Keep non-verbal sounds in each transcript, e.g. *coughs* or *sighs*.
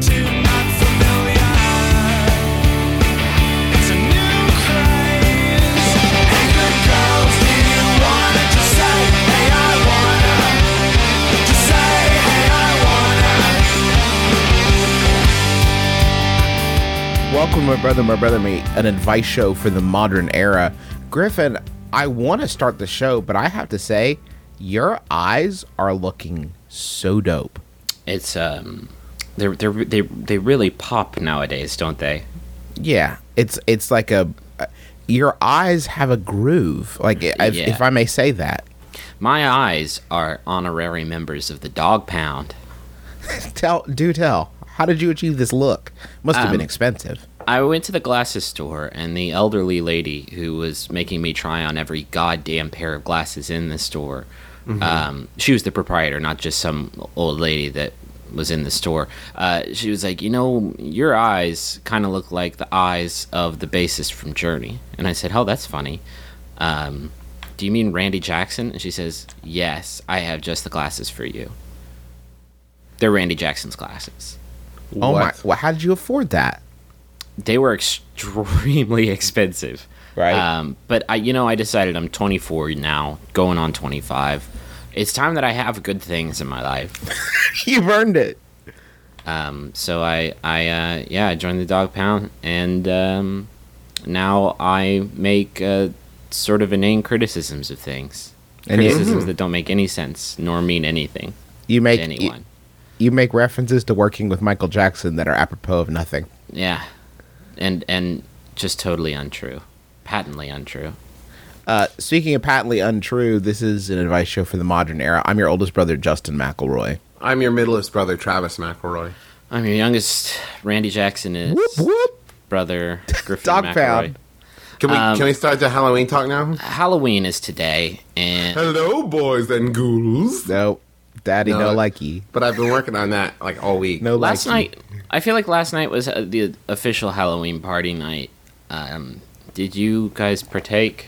too not familiar. It's a new craze. Hey, good girls, do you wanna just say, hey, I wanna? Just say, hey, I wanna. Welcome, my brother, my brother, me, an advice show for the modern era. Griffin, I want to start the show, but I have to say, your eyes are looking so dope. It's um, they they they they really pop nowadays, don't they? Yeah, it's it's like a uh, your eyes have a groove, like if, Yeah. if I may say that. My eyes are honorary members of the Dog Pound. Tell, do tell. How did you achieve this look? Must have been Um, expensive. I went to the glasses store, and the elderly lady who was making me try on every goddamn pair of glasses in the store, um, she was the proprietor, not just some old lady that was in the store. Uh, she was like, You know, your eyes kind of look like the eyes of the bassist from Journey. And I said, Oh, that's funny. Um, do you mean Randy Jackson? And she says, Yes, I have just the glasses for you. They're Randy Jackson's glasses Oh my! Well, how did you afford *laughs* that? they were extremely *laughs* expensive. Right. Um, but I, you know, I decided I'm 24 now, going on 25. It's time that I have good things in my life. You've earned it. Um, so I, I, uh, yeah, I joined the dog pound, and um, now I make uh, sort of inane criticisms of things, And you- criticisms that don't make any sense nor mean anything You make to anyone. you make references to working with Michael Jackson that are apropos of nothing. yeah, and and just totally untrue, patently untrue. Uh, speaking of patently untrue, this is an advice show for the modern era. I'm your oldest brother, Justin McElroy. I'm your middleest brother, Travis McElroy. I'm your youngest. Randy Jackson is brother. *laughs* Griffin Dog McElroy. pound. Can we can we start the Halloween talk now? Halloween is today, and Hello, boys and ghouls. No, daddy, no, No. likey. But I've been working on that like all week. No last likey. night I feel like last night was uh, the official Halloween party night. Um, did you guys partake?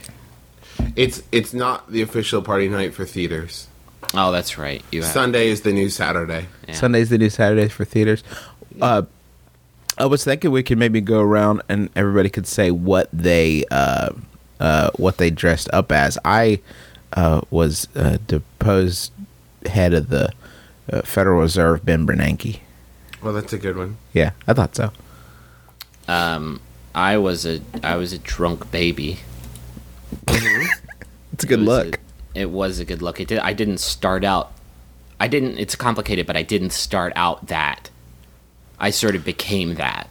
It's it's not the official party night for theaters. Oh, that's right. You have. Sunday is the new Saturday. Yeah. Sundays the new Saturdays for theaters. Uh, I was thinking we could maybe go around and everybody could say what they uh, uh, what they dressed up as. I uh, was uh, deposed head of the uh, Federal Reserve, Ben Bernanke. Well, that's a good one. Yeah, I thought so. I was a I was a drunk baby. It's a good It was look. A, it was a good look. It did. I didn't start out. I didn't. It's complicated, but I didn't start out that. I sort of became that.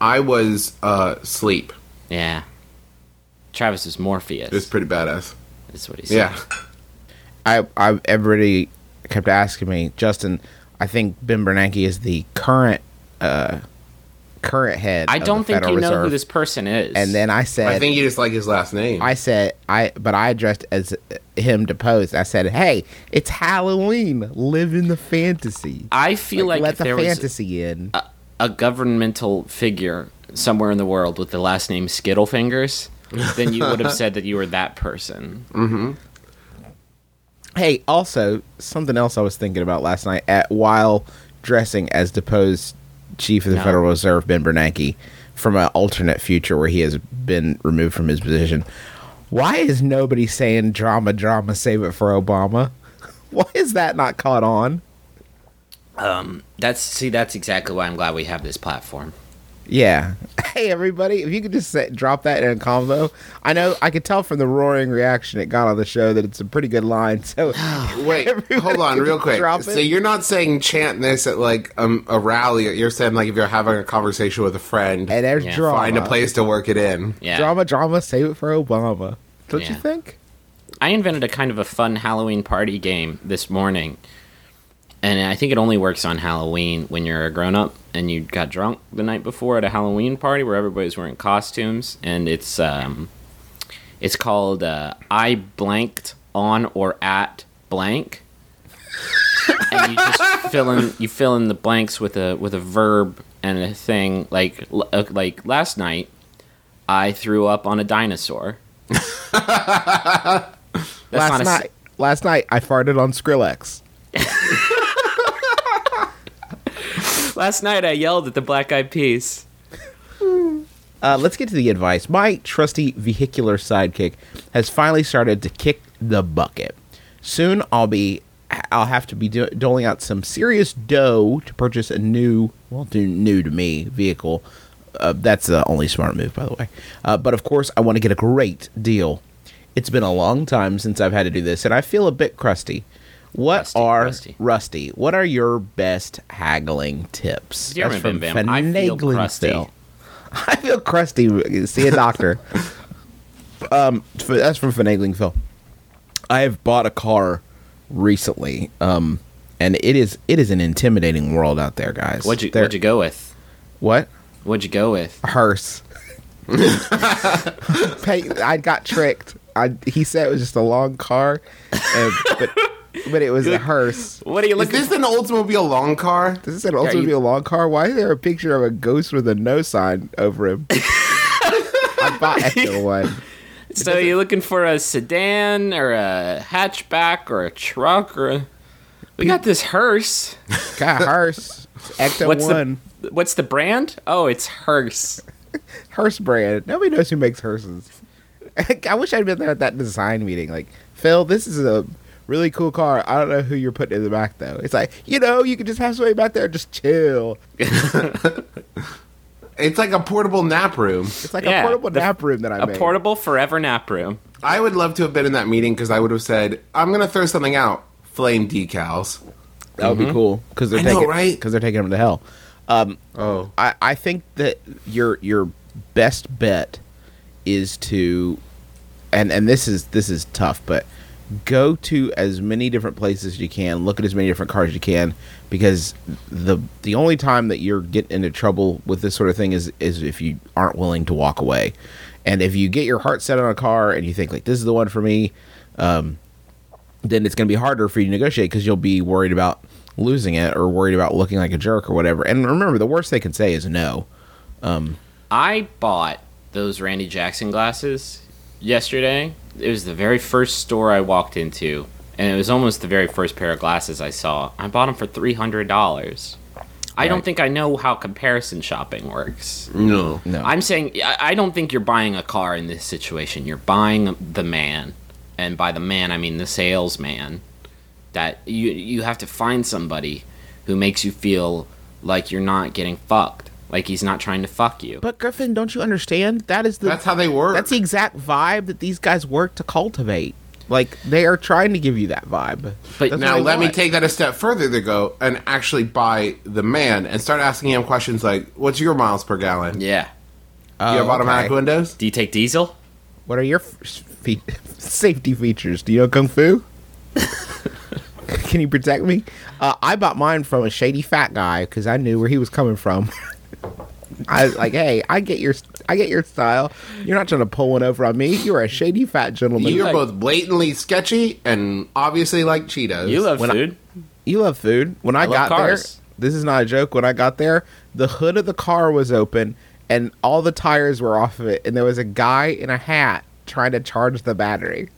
I was uh sleep. Yeah. Travis is Morpheus. It's pretty badass. That's what he said. Yeah. I, I everybody kept asking me, Justin. I think Ben Bernanke is the current uh, current head. I of don't the think Federal you know who Reserve." this person is. And then I said, I think you just like his last name. I said, I but I dressed as him to pose. I said, hey, it's Halloween. Live in the fantasy. I feel like, let if the there was fantasy in. a governmental figure somewhere in the world with the last *laughs* name Skittlefingers, then you would have said that you were that person. Hey, also something else I was thinking about last night at while dressing as deposed chief of the No. Federal Reserve Ben Bernanke from an alternate future where he has been removed from his position. Why is nobody saying drama, drama, save it for Obama? *laughs* Why is that not caught on? That's see, that's exactly why I'm glad we have this platform. Yeah. *laughs* Hey everybody, if you could just say, drop that in a combo. I know I could tell from the roaring reaction it got on the show that it's a pretty good line. So *sighs* *laughs* Wait, Everybody hold on, can real quick. drop it. So you're not saying chant this at like um, a rally. You're saying like if you're having a conversation with a friend, and there's Yeah. drama. find a place to work it in. Yeah. Drama, drama, save it for Obama. Don't you Yeah. think? I invented a kind of a fun Halloween party game this morning. and I think it only works on Halloween when you're a grown up and you got drunk the night before at a Halloween party where everybody's wearing costumes, and it's um, it's called uh, I blanked on or at blank, and you just *laughs* fill in you fill in the blanks with a with a verb and a thing like uh, like last night I threw up on a dinosaur. *laughs* That's not last a s- night, last night I farted on Skrillex. Last night I yelled at the Black Eyed Peas. Uh, let's get to the advice. My trusty vehicular sidekick has finally started to kick the bucket. Soon I'll be I'll have to be do- doling out some serious dough to purchase a new, well, do new to me vehicle. Uh, that's the only smart move, by the way. Uh, but of course, I want to get a great deal. It's been a long time since I've had to do this, and I feel a bit crusty. What Rusty, are rusty. rusty? What are your best haggling tips? Dear That's from Bim Bam, I feel Finagling crusty. Phil. *laughs* I feel crusty. See a *laughs* doctor. um, f- that's from finagling Phil. I have bought a car recently, um, and it is it is an intimidating world out there, guys. What'd you There- What'd you go with? What What'd you go with? hearse? Hey, I got tricked. I, he said it was just a long car, and, but but it was a hearse. *laughs* What are you Is looking? this an Oldsmobile long car? Does this also you- be a long car? Why is there a picture of a ghost with a no sign over *laughs* him? I bought that one. So you looking for a sedan or a hatchback or a truck or? A... We got this hearse. Got hearse. Ecto What's one. the What's the brand? Oh, it's hearse. hearse brand. Nobody knows who makes hearses. *laughs* I wish I'd been there at that design meeting. Like, Phil, this is a really cool car. I don't know who you're putting in the back though. It's like, you know, you could just have somebody back there and just chill. It's like a portable nap room. It's like Yeah, a portable the- nap room that I A made. portable forever nap room. I would love to have been in that meeting because I would have said, "I'm going to throw something out." Flame decals. that would be Mm-hmm. cool because they're I know, taking right? because they're taking them to hell. Um, Oh, I, I think that your your best bet is to and and this is this is tough, but go to as many different places you can, look at as many different cars you can, because the the only time that you're getting into trouble with this sort of thing is is if you aren't willing to walk away. And if you get your heart set on a car and you think like this is the one for me, then it's going to be harder for you to negotiate because you'll be worried about losing it or worried about looking like a jerk or whatever. And remember, the worst they can say is no. I bought those Randy Jackson glasses yesterday. It was the very first store I walked into, and it was almost the very first pair of glasses I saw. I bought them for three hundred dollars. I don't think I know how comparison shopping works. no. No, I'm saying I I don't think you're buying a car in this situation. You're buying the man, and by the man I mean the salesman. That you you have to find somebody who makes you feel like you're not getting fucked, like he's not trying to fuck you. but Griffin, don't you understand? That is the That's how they work. that's the exact vibe that these guys work to cultivate. Like they are trying to give you that vibe. But That's now what I let me want. take that a step further to go and actually buy the man and start asking him questions like, "What's your miles per gallon? Yeah. Oh, Do you have automatic okay. windows? Do you take diesel? What are your f- fe- *laughs* safety features? Do you know kung fu? *laughs* Can you protect me? Uh, I bought mine from a shady fat guy because I knew where he was coming from. *laughs* I was like, "Hey, I get your, I get your style. You're not trying to pull one over on me. You're a shady fat gentleman. You're like- both blatantly sketchy and obviously like Cheetos. You love When I- food. You love food. When I, I love got there, cars. this is not a joke. When I got there, the hood of the car was open and all the tires were off of it, and there was a guy in a hat trying to charge the battery.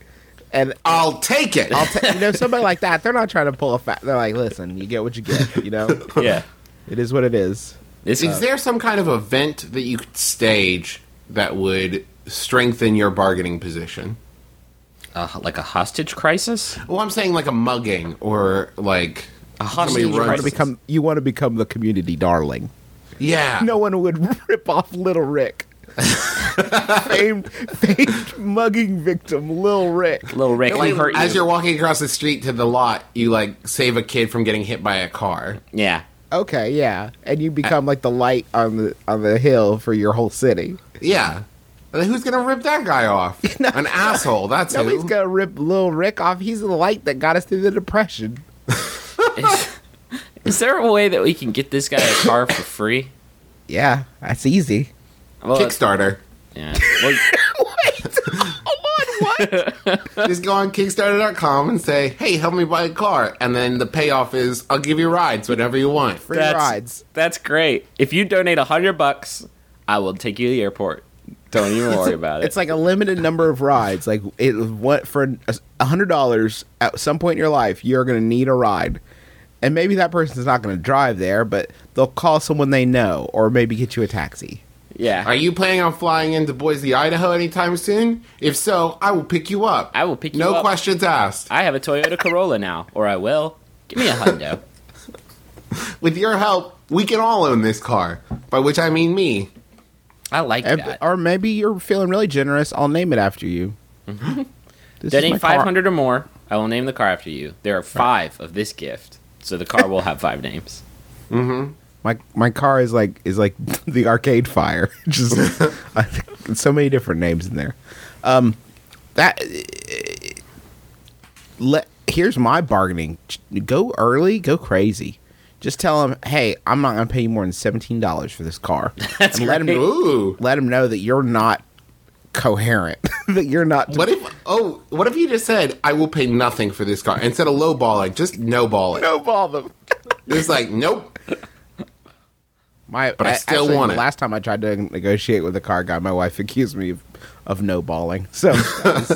And I'll take it. I'll t- you *laughs* know somebody like that. They're not trying to pull a fat. They're like, listen, you get what you get. You *laughs* know, *laughs* yeah. it is what it is. This Is there some kind of event that you could stage that would strengthen your bargaining position? uh, like a hostage crisis. Well, I'm saying like a mugging or like A somebody hostage runs- You want to crisis. become. You want to become the community darling. yeah. No one would *laughs* rip off Little *laughs* Rick. famed, famed mugging victim, Lil Rick. Little Rick, I hurt as you. you're walking across the street to the lot, you like save a kid from getting hit by a car. Yeah. Okay, yeah, and you become like the light on the on the hill for your whole city. Yeah. And Who's gonna rip that *laughs* guy off? An asshole. That's Nobody's who. gonna rip Lil Rick off. He's the light that got us through the depression. Is there a way that we can get this guy a car for free? Yeah, that's easy. Well, Kickstarter. Yeah. Well, Just go on Kickstarter.com and say, "Hey, help me buy a car," and then the payoff is, "I'll give you rides, whatever you want." Free that's, rides. That's great. If you donate a hundred bucks, I will take you to the airport. *laughs* Don't even worry about it. It's like a limited number of rides. Like it what for a hundred dollars at some point in your life, you're gonna need a ride, and maybe that person's not gonna drive there, but they'll call someone they know, or maybe get you a taxi. yeah. Are you planning on flying into Boise, Idaho anytime soon? If so, I will pick you up. I will pick you no up. No questions asked. I have a Toyota Corolla now, or I will. Give me a hundo. Ah. With your help, we can all own this car. By which I mean me. I like And- that. or maybe you're feeling really generous. I'll name it after you. Mm-hmm. *laughs* This is my Donate car. five hundred or more. I will name the car after you. There are five of this gift, so the car will have five names. My my car is like is like *laughs* the Arcade Fire. *laughs* Just so many different names in there. Um, that let here's my bargaining. Go early, go crazy. Just tell them, hey, I'm not gonna pay you more than seventeen dollars for this car, That's and let him Ooh. let him know that you're not coherent, *laughs* that you're not. What if oh what if you just said I will pay nothing for this car instead of low balling, just no ball it. no ball them? It's like nope. My, But I still actually, want it. Last time I tried to negotiate with a car guy, my wife accused me of, of no balling. *laughs* So that was,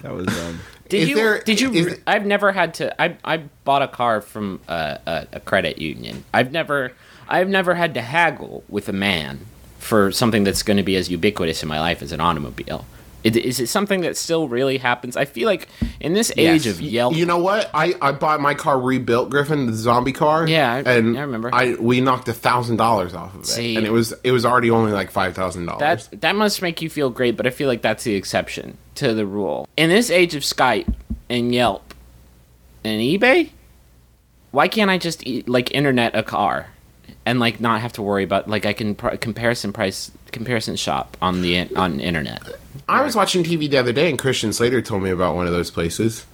that was um, Did Is you? there- did you? is- re- I've never had to. I I bought a car from a, a, a credit union. I've never. I've never had to haggle with a man for something that's going to be as ubiquitous in my life as an automobile. Is, is it something that still really happens? I feel like in this age Yes. of Yelp, You know what? I, I bought my car rebuilt, Griffin, the zombie car. Yeah, I- and I remember. I we knocked a thousand dollars off of it, See. and it was it was already only like five thousand that dollars. that must make you feel great. But I feel like that's the exception to the rule. In this age of Skype and Yelp and eBay, why can't I just e like internet a car and like not have to worry about like I can pr- comparison price comparison shop on the in- on internet. I was watching TV the other day, and Christian Slater told me about one of those places.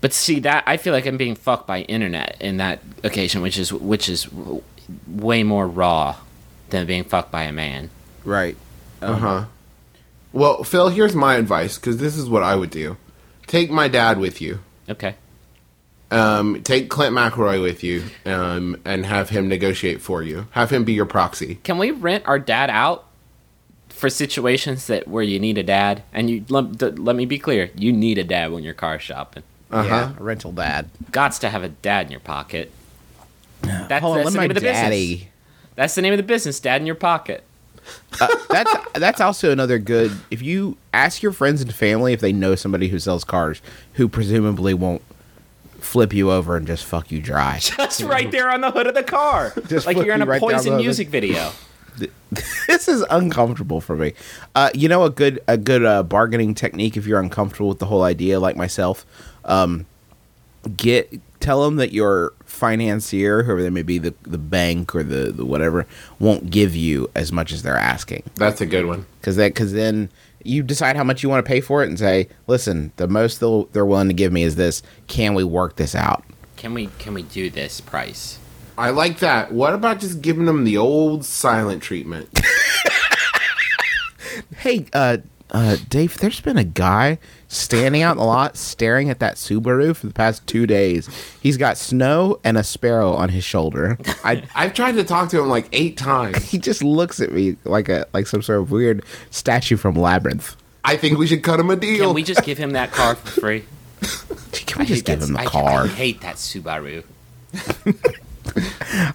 But see that I feel like I'm being fucked by internet in that occasion, which is which is w- way more raw than being fucked by a man. right. Uh huh. Well, Phil, here's my advice because this is what I would do: take my dad with you, Okay. um, take Clint McElroy with you, um, and have him negotiate for you. Have him be your proxy. Can we rent our dad out for situations that where you need a dad? And you let, d- let me be clear, you need a dad when you're car shopping. Uh huh. Yeah, rental dad. Gots to have a dad in your pocket. That's, Hold on, that's let the my name of the business. daddy. That's the name of the business. Dad in your pocket. *laughs* that's that's also another good. If you ask your friends and family if they know somebody who sells cars, who presumably won't flip you over and just fuck you dry. That's right there on the hood of the car. *laughs* Just like put you're in you a right down poison the- music video. this is uncomfortable for me. Uh, you know, a good a good uh, bargaining technique if you're uncomfortable with the whole idea, like myself, um, get tell them that your financier, whoever they may be, the the bank or the, the whatever, won't give you as much as they're asking That's a good one. because that because then you decide how much you want to pay for it and say, listen, the most they'll, they're willing to give me is this. Can we work this out? Can we can we do *laughs* this price? I like that. What about just giving them the old silent treatment? Hey, uh, uh, Dave, there's been a guy standing out in the lot staring at that Subaru for the past two days. He's got snow and a sparrow on his shoulder. I. *laughs* I've tried to talk to him like eight times. He just looks at me like a like some sort of weird statue from Labyrinth. I think we should cut him a deal. Can we just give him that car for free? Can *laughs* we just Dude, give him the that's- I- I car? hate that Subaru.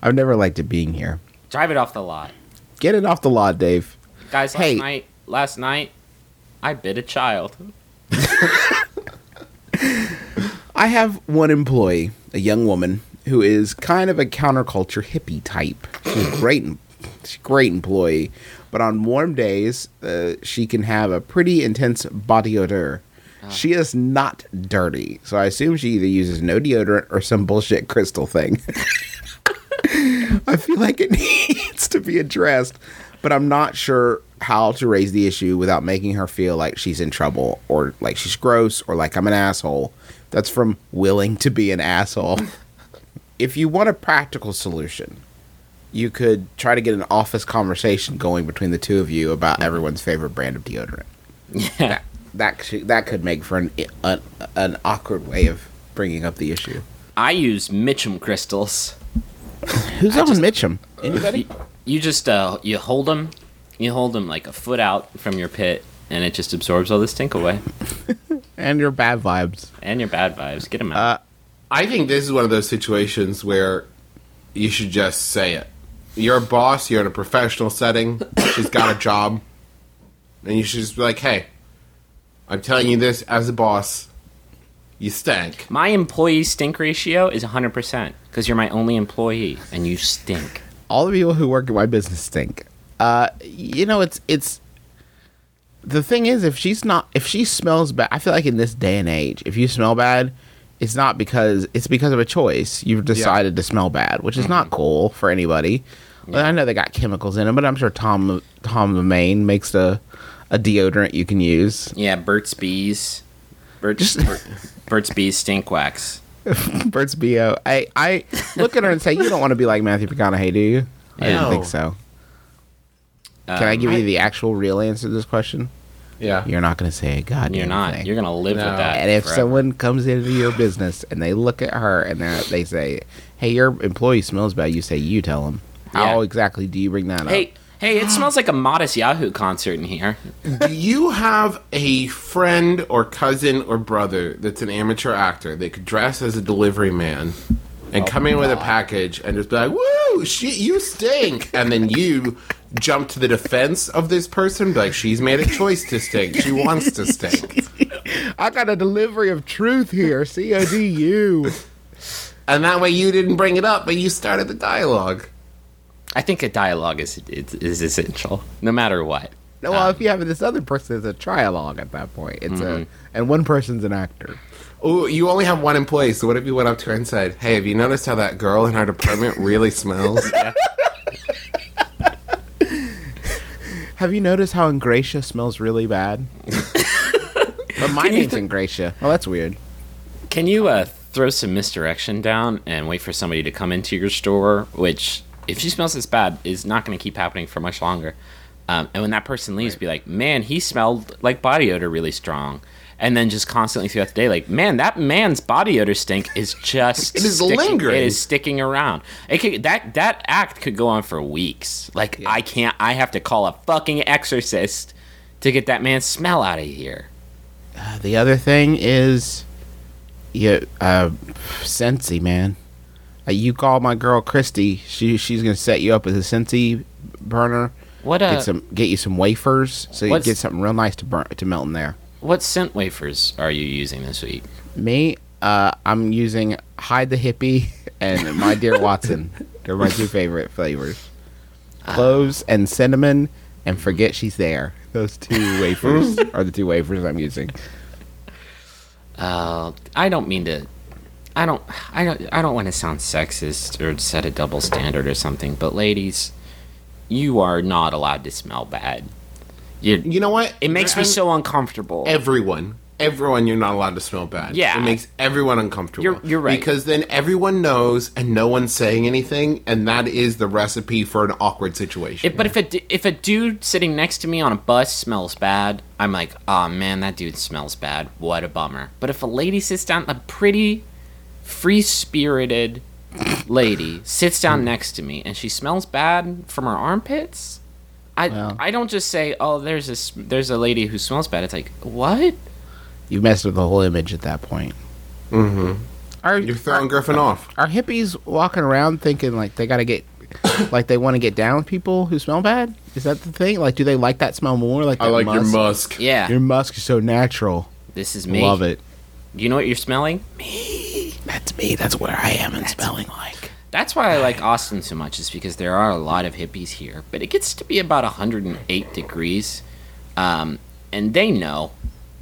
I've never liked it being here. Drive it off the lot. Get it off the lot, Dave. Guys, last Hey. night, last night, I bit a child. I have one employee, a young woman, who is kind of a counterculture hippie type. She's a great, she's a great employee, but on warm days, uh, she can have a pretty intense body odor. She is not dirty, so I assume she either uses no deodorant or some bullshit crystal thing. *laughs* I feel like it *laughs* needs to be addressed, but I'm not sure how to raise the issue without making her feel like she's in trouble or like *laughs* she's gross or like I'm an asshole. That's from Willing to Be an Asshole. if you want a practical solution, you could try to get an office conversation going between the two of you about everyone's favorite brand of deodorant. Yeah. That should, that could make for an, an an awkward way of bringing up the issue. I use Mitchum crystals. Who's on Mitchum? Anybody? You, you just uh, you hold them, you hold them like a foot out from your pit, and it just absorbs all the stink away and your bad vibes. and your bad vibes. Get them out. I think this is one of those situations where you should just say it. You're a boss, you're in a professional setting, she's got a job, and you should just be like, hey, I'm telling you this as a boss, you stink. my employee stink ratio is 100% because you're my only employee and you stink. all the people who work at my business stink. Uh, you know, it's it's the thing is if she's not if she smells bad. I feel like in this day and age, if you smell bad, it's not because it's because of a choice. You've decided to smell bad, which is not cool for anybody. Well, I know they got chemicals in them, but I'm sure Tom Tom Maine makes a a deodorant you can use. *laughs* Yeah, Burt's Bees. Burt's, Bur- Burt's Bees stink wax. Burt's Bo. I I look at her and say, you don't want to be like Matthew McConaughey, do you? I No. don't think so. Um, Can I give you the actual real answer to this question? Yeah. You're not going to say a goddamn You're not. thing. You're going to live No. with that. and if forever. someone comes into your business and they look at her and they're- they say, "Hey, your employee smells bad," you say, "You tell them." How Yeah. exactly do you bring that up? Hey, hey, *gasps* it smells like a modest Yahoo concert in here. Do you have a friend or cousin or brother that's an amateur actor that could dress as a delivery man and come in Oh with a package and just be like, "Woo, she, you stink," and then you jump to the defense of this person, be like, "She's made a choice to stink. She wants to stink," I got a delivery of truth here. C O D *laughs* U. and that way you didn't bring it up, but you started the dialogue. I think a dialogue is, is, is essential, no matter what. No, well, if you have this other person, it's a trialogue at that point. It's Mm-hmm. a and one person's an actor. Oh, you only have one employee, so what if you went up to her and said, "Hey, have you noticed how that girl in our department *laughs* really smells?" Have you noticed how Ingratia smells really bad? but my name's Ingratia. Oh, that's weird. Can you uh, throw some misdirection down and wait for somebody to come into your store? Which, if she smells this bad, is not going to keep happening for much longer. Um, and when that person leaves, be like, man, he smelled like body odor really strong. And then just constantly throughout the day, like, man, that man's body odor stink is just *laughs* It is sticking- lingering." It is sticking around. It could, that that act could go on for weeks. Like, I can't. I have to call a fucking exorcist to get that man's smell out of here. The other thing is, yeah, uh, Sensi man. Uh, you call my girl Christy. She she's gonna set you up as a Sensi burner. What Get uh, some get you some wafers so you what's- get something real nice to burn to melt in there. what scent wafers are you using this week? Me, uh, I'm using Hide the Hippie *laughs* and My Dear Watson. They're my two favorite flavors. Cloves and cinnamon, and forget she's there. Those two wafers are the two wafers I'm using. Uh, I don't mean to. I don't. I don't. I don't want to sound sexist or set a double standard or something. But ladies, you are not allowed to smell bad. You. You know what? It makes me I'm- so uncomfortable. everyone everyone you're not allowed to smell bad Yeah. it makes everyone uncomfortable You're- you're right. because then everyone knows and no one's saying anything and that is the recipe for an awkward situation If- but if a d- if a dude sitting next to me on a bus smells bad, I'm like, oh man, that dude smells bad. What a bummer. But if a lady sits down, a pretty, free spirited lady sits Hmm. down next to me and she smells bad from her armpits, I I don't just say, oh, there's a s- there's a lady who smells bad. It's like what? You messed with the whole image at that point. Mm-hmm. you're Are, throwing griffin off are hippies walking around thinking like they gotta get, *coughs* like they want to get down with people who smell bad? Is that the thing? Like, do they like that smell more? Like, that musk? musk Yeah, Your musk is so natural. this is me. Love it. Do you know what you're smelling? That's me. That's where I am in smelling like. That's why I like Austin so much, is because there are a lot of hippies here, but it gets to be about 108 degrees. Um, and they know.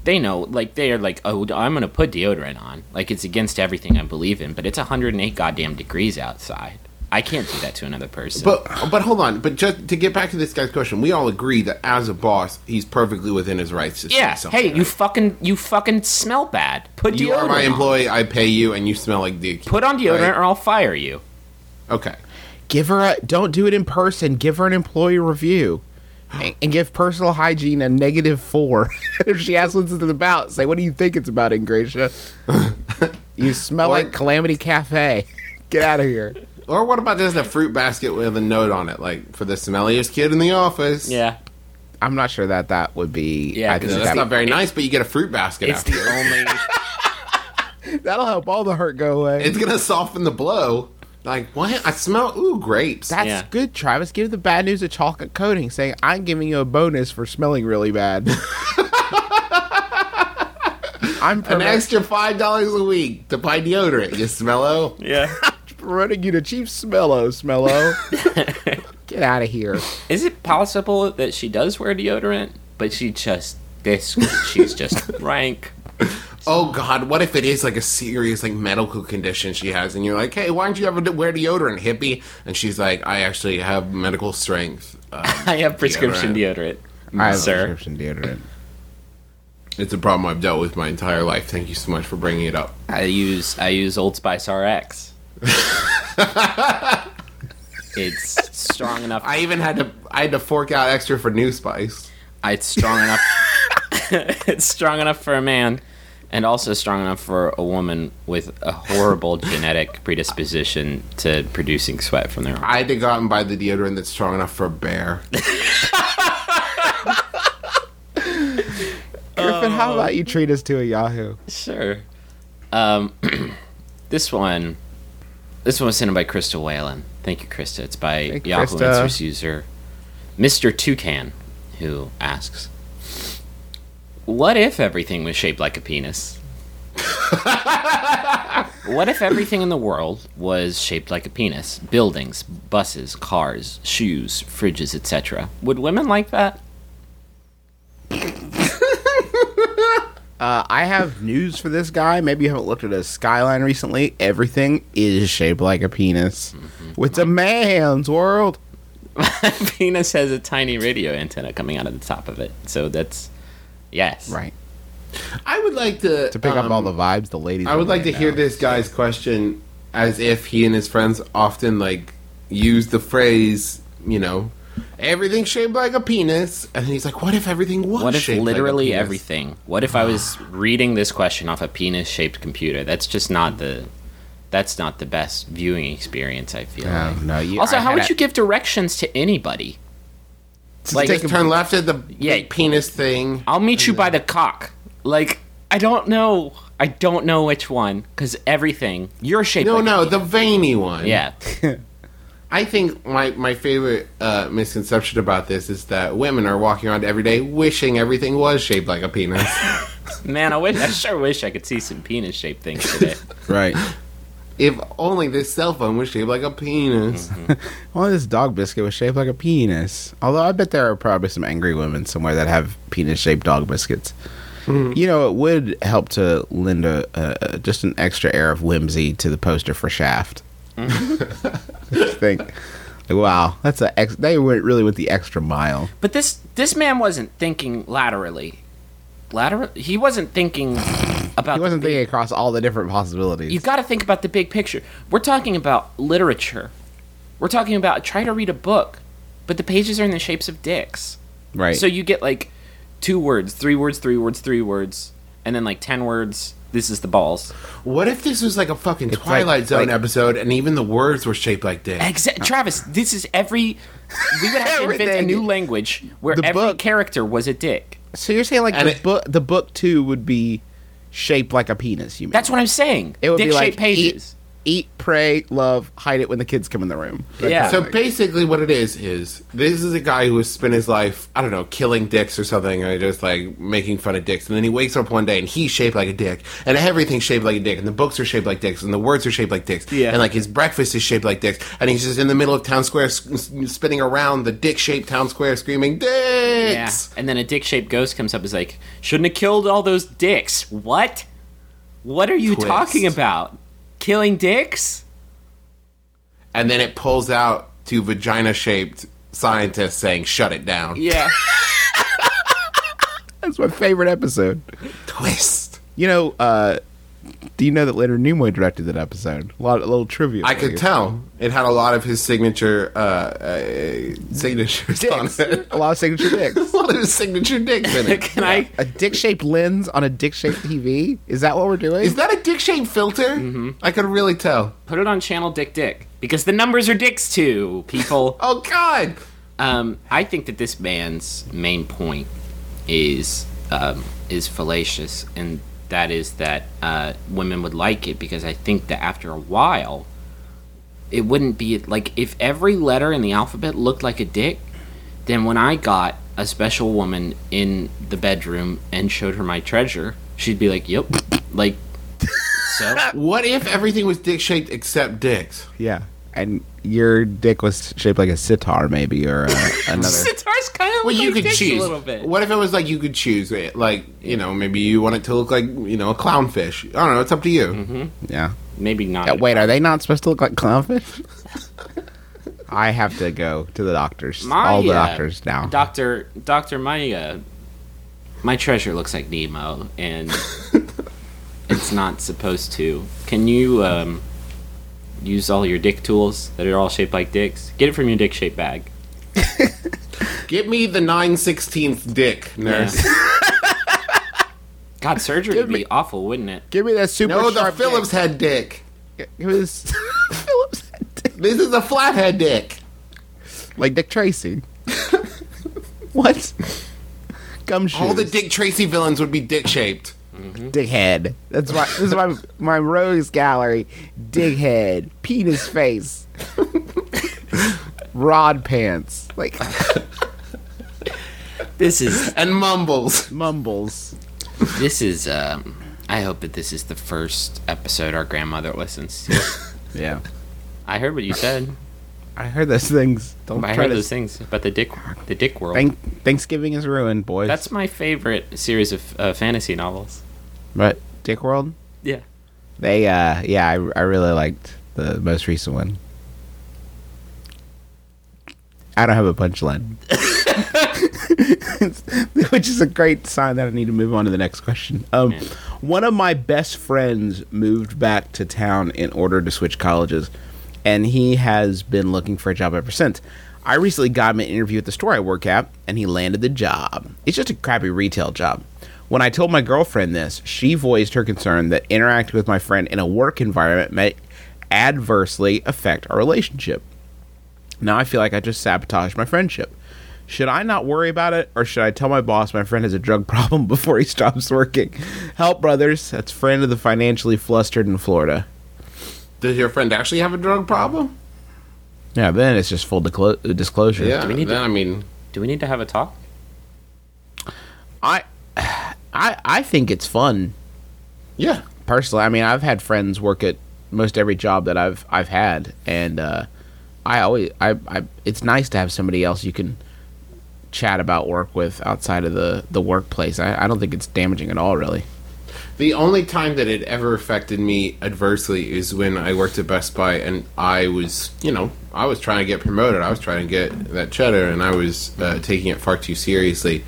They know. Like, they are like, oh, I'm going to put deodorant on. Like, it's against everything I believe in, but it's 108 goddamn degrees outside. I can't do that to another person. But but hold on. But just to get back to this guy's question, we all agree that as a boss, he's perfectly within his rights to say yeah, something, hey, right? you fucking you fucking smell bad. Put You deodorant. are my on. employee. I pay you, and you smell like the. Put on deodorant, Right. or I'll fire you. Okay. Give her a don't do it in person. Give her an employee review, and, and give personal hygiene a negative four. *laughs* if she asks what's it about, say what do you think it's about, *laughs* Ingratia? you smell Or- like Calamity Cafe. *laughs* Get out of here. Or what about just a fruit basket with a note on it, like for the smelliest kid in the office? Yeah, I'm not sure that that would be. Yeah, I 'cause think No, that's that, not very nice, but you get a fruit basket. it's *laughs* After. the *laughs* only. that'll help all the hurt go away. it's gonna soften the blow. Like what? I smell ooh grapes. That's Yeah. good, Travis. Give the bad news a chocolate coating, saying I'm giving you a bonus for smelling really *laughs* bad. I'm an promoting- extra five dollars a week to buy deodorant. You oh? smello? yeah. running you to Chief Smello, *laughs* Smello. Get out of here. Is it possible that she does wear deodorant, but she just this? She's just rank. Oh God! What if it is like a serious like medical condition she has, and you're like, "Hey, why don't you ever d- wear deodorant, hippie?" And she's like, "I actually have medical strength. Um, I have prescription deodorant, sir. prescription deodorant. it's a problem I've dealt with my entire life. Thank you so much for bringing it up." I use I use Old Spice RX. it's strong enough. I even had to I had to fork out extra for New Spice. it's strong enough. *laughs* it's strong enough for a man, and also strong enough for a woman with a horrible genetic predisposition to producing sweat from their. I had to go out and buy the deodorant that's strong enough for *laughs* a bear. Griffin, how about you treat us to a Yahoo? Sure. Um, *clears throat* this one, this one was sent in by Krista Whalen. Thank you, Krista. It's by Thank you, Yahoo Krista. Answers user Mr. Toucan, who asks, "What if everything was shaped like a penis? what if everything in the world was shaped like a penis? Buildings, buses, cars, shoes, fridges, etc. Would women like that?" Uh, I have news for this guy. Maybe you haven't looked at his skyline recently. Everything is shaped like a penis. It's a man's world. *laughs* penis has a tiny radio antenna coming out of the top of it. So that's yes. Right. I would like to To pick up um, all the vibes, the ladies. I would are like to laying hear down. this guy's question as if he and his friends often like use the phrase, you know, everything shaped like a penis, and he's like, "What if everything was?" What if shaped like a literally penis? everything? What if I *sighs* was reading this question off a penis-shaped computer? That's just not the that's not the best viewing experience I feel. No, like. Oh, no. You, Also, I how had would a- you give directions to anybody? Like, Just turn left at the Yeah. big penis thing. I'll meet you by the cock. Like, I don't know. I don't know which one because everything you're shaped. No, like a no, penis. the veiny one. yeah. I think my my favorite uh, misconception about this is that women are walking around every day wishing everything was shaped like a *laughs* penis. Man, I wish. I sure wish I could see some penis-shaped things *laughs* today. Right. if only this cell phone was shaped like a penis. Well, this dog biscuit was shaped like a penis. Although I bet there are probably some angry women somewhere that have penis-shaped dog biscuits. You know, it would help to lend a, a a- just an extra air of whimsy to the poster for Shaft. I think, like, wow, that's a ex- they went really went the extra mile. But this this man wasn't thinking laterally. Lateral? He *sighs* wasn't thinking about. He wasn't the big- thinking across all the different possibilities. You've got to think about the big picture. We're talking about literature. We're talking about try to read a book, but the pages are in the shapes of dicks. right. So you get like two words, three words, three words, three words, and then like ten words. This is the balls. What if this was like a fucking like- Twilight Zone like- episode and even the words were shaped like this? Exa- Travis, this is every. We would have to invent a Everything. new language where The every book- character was a dick. so you're saying like And the it- book the book two would be shaped like a penis? You mean That's what I'm saying. it would be dick like shaped pages. Eat, eat, pray, love, hide it when the kids come in the room. yeah. So basically, what it is is this is a guy who has spent his life, I don't know, killing dicks or something, or just like making fun of dicks. And then he wakes up one day and he's shaped like a dick, and everything's shaped like a dick, and the books are shaped like dicks, and the words are shaped like dicks, Yeah. and like his breakfast is shaped like dicks, and he's just in the middle of town square s- s- spinning around the dick shaped town square screaming, Yeah. Dicks! And then a dick shaped ghost comes up and is like, shouldn't have killed all those dicks. What? What are you Twist. talking about? Killing dicks? and then it pulls out two vagina shaped scientists saying, shut it down. Yeah. That's my favorite episode. Twist. You know, uh, do you know that Leonard Nimoy directed that episode? A lot, a little trivia. I for could you. tell it had a lot of his signature uh, uh, signatures Dicks. on it. a lot of signature *laughs* dicks. a lot of his signature dicks *laughs* in it. *laughs* Can I? A dick-shaped lens on a dick-shaped TV. Is that what we're doing? Is that a dick shaped filter? I could really tell. put it on channel dick dick because the numbers are dicks too people Oh God! um, i think that this man's main point is um, is fallacious and that is that uh, women would like it because i think that after a while it wouldn't be like if every letter in the alphabet looked like a dick then when i got a special woman in the bedroom and showed her my treasure she'd be like yep *laughs* like so What if everything was dick shaped except dicks? yeah. And your dick was shaped like a sitar, maybe, or *laughs* uh, another. sitar's kind of Well, you could choose. a little bit What if it was like you could choose it? Like you know, maybe you want it to look like you know a clownfish. I don't know. It's up to you. Yeah. Maybe not. Uh, wait, are they not supposed to look like clownfish? I have to go to the doctors. My, All the uh, doctors now. Doctor, doctor, my uh, my treasure looks like Nemo, *laughs* and it's not supposed to. Can you um, use all your dick tools that are all shaped like dicks? Get it from your dick shaped bag. Get me the nine sixteenth dick, nurse. God, surgery would be awful, wouldn't it? give me that super No, the sharp Phillips head dick. dick. Give me this *laughs* Phillips head dick. This is a flathead dick. like Dick Tracy. *laughs* what? Gumshoes. All the Dick Tracy villains would be dick shaped. dickhead. That's why. This is my my rose gallery. Dickhead, penis *laughs* face, rod pants, like This is And mumbles. *laughs* mumbles. this is. Um, I hope that this is the first episode our grandmother listens to. Yeah, I heard what you said. I heard those things. Don't I try heard to. those things about the dick, the dick world. Thank- Thanksgiving is ruined, boys. That's my favorite series of uh, fantasy novels. but Dick World. Yeah. They uh, yeah, I I really liked the most recent one. I don't have a punchline. *laughs* Which is a great sign that I need to move on to the next question. Um, one of my best friends moved back to town in order to switch colleges, and he has been looking for a job ever since. I recently got him an interview at the store I work at, and he landed the job. It's just a crappy retail job. When I told my girlfriend this, she voiced her concern that interacting with my friend in a work environment may adversely affect our relationship. Now I feel like I just sabotaged my friendship. Should I not worry about it, or should I tell my boss my friend has a drug *laughs* problem before he stops working? Help, brothers. That's friend of the financially flustered in Florida. Does your friend actually have a drug problem? Yeah, then it's just full diclo- disclosure. Yeah. we need then, to- I mean, Do we need to have a talk? I, I, I think it's fun yeah. personally. I mean, I've had friends work at most every job that I've I've had, and uh, I always I, I it's nice to have somebody else you can chat about work with outside of the the workplace. I, I don't think it's damaging at all, really. The only time that it ever affected me adversely is when I worked at Best Buy and I was, you know, I was trying to get promoted. I was trying to get that cheddar and I was uh, taking it far too seriously.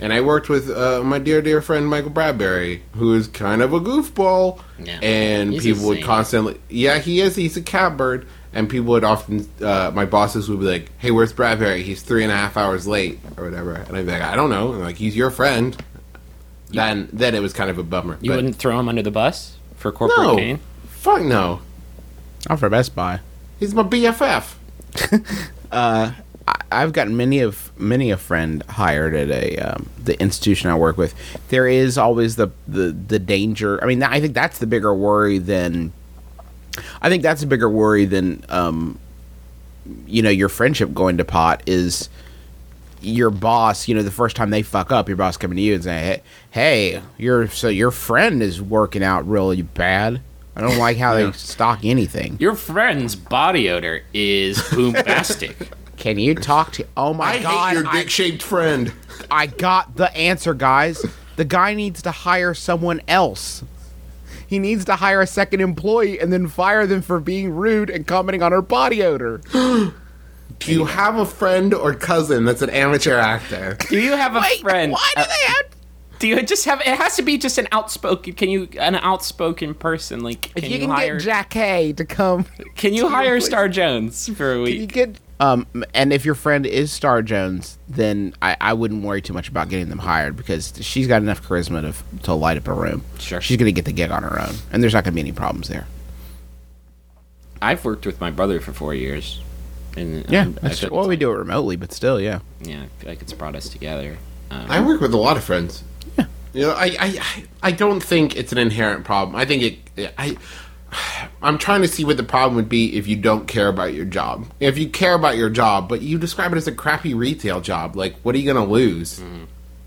And I worked with uh, my dear, dear friend Michael Bradbury, who is kind of a goofball. Yeah. And He's people would insane. constantly, yeah, he is. He's a catbird. And people would often, uh, my bosses would be like, hey, where's Bradbury? He's three and a half hours late or whatever. And I'd be like, I don't know. And like, he's your friend. Then, then it was kind of a bummer. You but- wouldn't throw him under the bus for corporate no. gain? Fuck no. Not for Best Buy. He's my BFF. I- I've gotten many of many a friend hired at a um, the institution I work with. There is always the the the danger. I mean, I think that's the bigger worry than. I think that's a bigger worry than um, you know your friendship going to pot is your boss. You know, the first time they fuck up, your boss coming to you and saying, "Hey, hey your so your friend is working out really bad. I don't like how they stock anything. Your friend's body odor *laughs* is boombastic. Can you talk to? Oh my I god, hate your I dick shaped friend. I got the answer, guys. The guy needs to hire someone else. he needs to hire a second employee and then fire them for being rude and commenting on her body odor. Do you have a friend or cousin that's an amateur actor? Do you have a friend? Why do uh, they have? do you just have? It has to be just an outspoken. Can you an outspoken person like? Can If you, you can hire? get Jack Hay to come, can you hire Star Jones for a you week? get Um, and if your friend is Star Jones, then I, I wouldn't worry too much about getting them hired because she's got enough charisma to, f- to light up a room. Sure. She's going to get the gig on her own, and there's not going to be any problems there. I've worked with my brother for four years. And Yeah, um, I that's feel true. Well, we it's do it remotely, but still, yeah. like- Yeah, I feel like it's brought us together. Um, I work with a lot of friends. Yeah. You know, I, I, I don't think it's an inherent problem. I think it, I, I'm trying to see what the problem would be if you don't care about your job. If you care about your job, but you describe it as a crappy retail job, like what are you going to lose?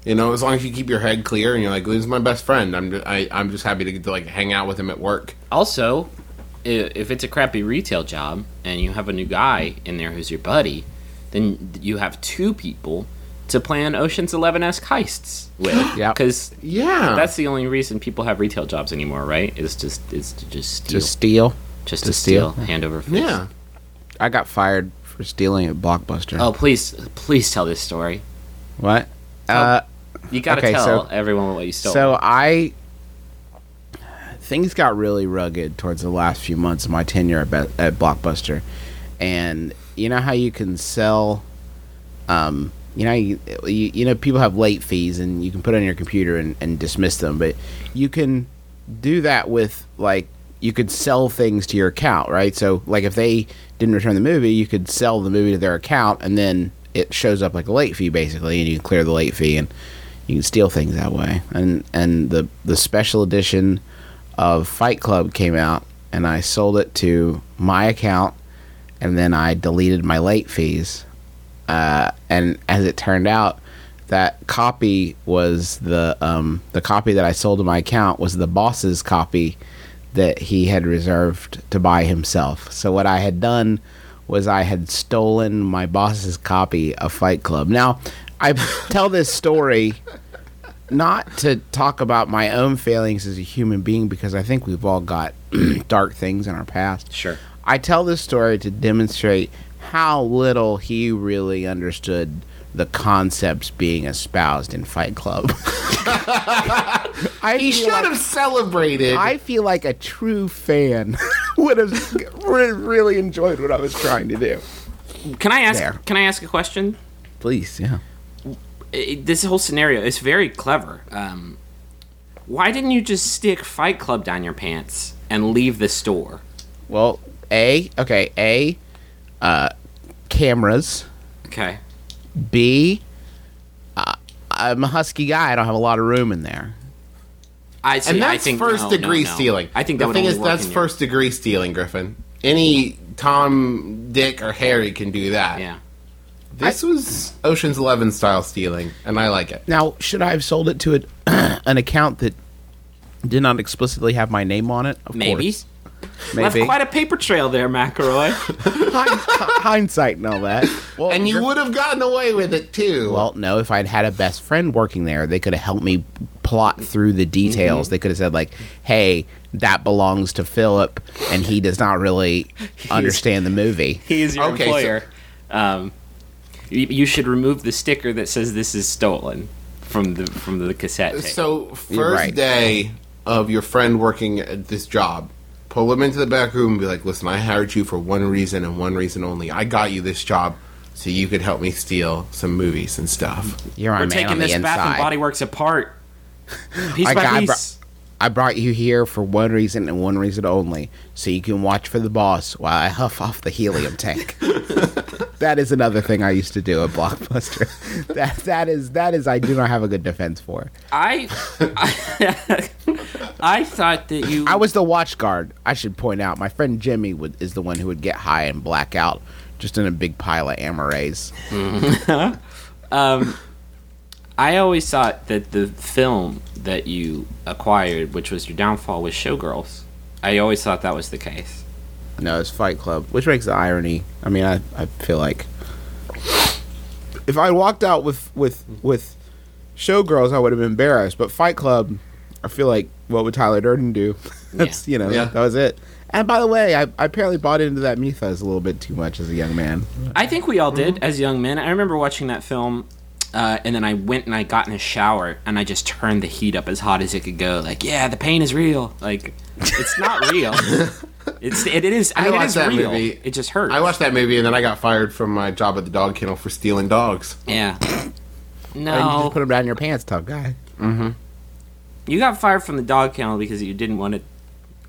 You know, as long as you keep your head clear and you're like, "This is my best friend. I'm, just, I, I'm just happy to get to like hang out with him at work." also, i- if it's a crappy retail job and you have a new guy in there who's your buddy, then you have two people to plan Ocean's Eleven esque heists *gasps* with. Yeah. because Yeah, that's the only reason people have retail jobs anymore, right? Is just is to just steal, Just just, steal. to to steal, steal. hand over fist. yeah. I got fired for stealing at Blockbuster. Oh, please, please tell this story. What? Uh, You gotta Okay, tell so- everyone what you stole. So I things got really rugged towards the last few months of my tenure at, Be- at Blockbuster, and you know how you can sell, um, you know, how you, you, you know people have late fees, and you can put it on your computer and, and dismiss them, but you can do that with like you could sell things to your account, right? So like if they didn't return the movie, you could sell the movie to their account, and then it shows up like a late fee basically, and you can clear the late fee and you can steal things that way. And and the the special edition of Fight Club came out, and I sold it to my account, and then I deleted my late fees. Uh, and as it turned out, that copy was the um, the copy that I sold to my account was the boss's copy that he had reserved to buy himself. So what I had done was I had stolen my boss's copy of Fight Club. Now, I *laughs* tell this story not to talk about my own failings as a human being because I think we've all got *clears throat* dark things in our past. Sure. I tell this story to demonstrate how little he really understood the concepts being espoused in Fight Club. *laughs* I He feel should like- have celebrated. I feel like a true fan *laughs* would have re- really enjoyed what I was trying to do. can I ask? There. Can I ask a question? Please, yeah. it, this whole scenario is very clever. Um, why didn't you just stick Fight Club down your pants and leave the store? Well, A, okay, A, uh, cameras. Okay. B, uh, I'm a husky guy. I don't have a lot of room in there. I see, and that's I think, first no, no, degree no. stealing. I think that the would thing only is work that's in your- first degree stealing, Griffin. Any Tom, Dick, or Harry can do that. Yeah. This was Ocean's Eleven style stealing, and I like it. Now, should I have sold it to a, *clears throat* an account that did not explicitly have my name on it? Of Maybe. course. Left Maybe. quite a paper trail there, McElroy. Hind- hindsight and all *laughs* that. Well, And you you're- would have gotten away with it too. Well, no. If I'd had a best friend working there, they could have helped me plot through the details. Mm-hmm. They could have said like, "Hey, that belongs to Philip, and he does not *laughs* really understand the movie." he is your Okay, so- employer. Um, you, you should remove the sticker that says this is stolen from the from the cassette tape. so first You're right. day of your friend working at this job, pull him into the back room and be like, "Listen, I hired you for one reason and one reason only. I got you this job." So you could help me steal some movies and stuff. You're my We're man taking on the this Bath and inside. Body Works apart. Piece I by got- I bro- piece. I brought you here for one reason and one reason only, so you can watch for the boss while I huff off the helium tank. that is another thing I used to do at Blockbuster. that that is that is I do not have a good defense for. I, I, *laughs* I thought that you. I was the watch guard. I should point out my friend Jimmy would, is the one who would get high and black out just in a big pile of amarais. I always thought that the film that you acquired, which was your downfall, was Showgirls. I always thought that was the case. No, it's Fight Club, which makes the irony. I mean, I, I feel like if I walked out with with with Showgirls, I would have been embarrassed. But Fight Club, I feel like what would Tyler Durden do? *laughs* That's you know Yeah. that was it. And by the way, I, I apparently bought into that mythos a little bit too much as a young man. I think we all did Mm-hmm. as young men. I remember watching that film, uh, and then I went and I got in a shower and I just turned the heat up as hot as it could go. Like, yeah, the pain is real. Like, it's not *laughs* real. It's it is. I, I mean, it watched is that real. movie. It just hurts. I watched that movie and then I got fired from my job at the dog kennel for stealing dogs. Yeah. And you No, just put him down your pants, tough guy. you got fired from the dog kennel because you didn't want to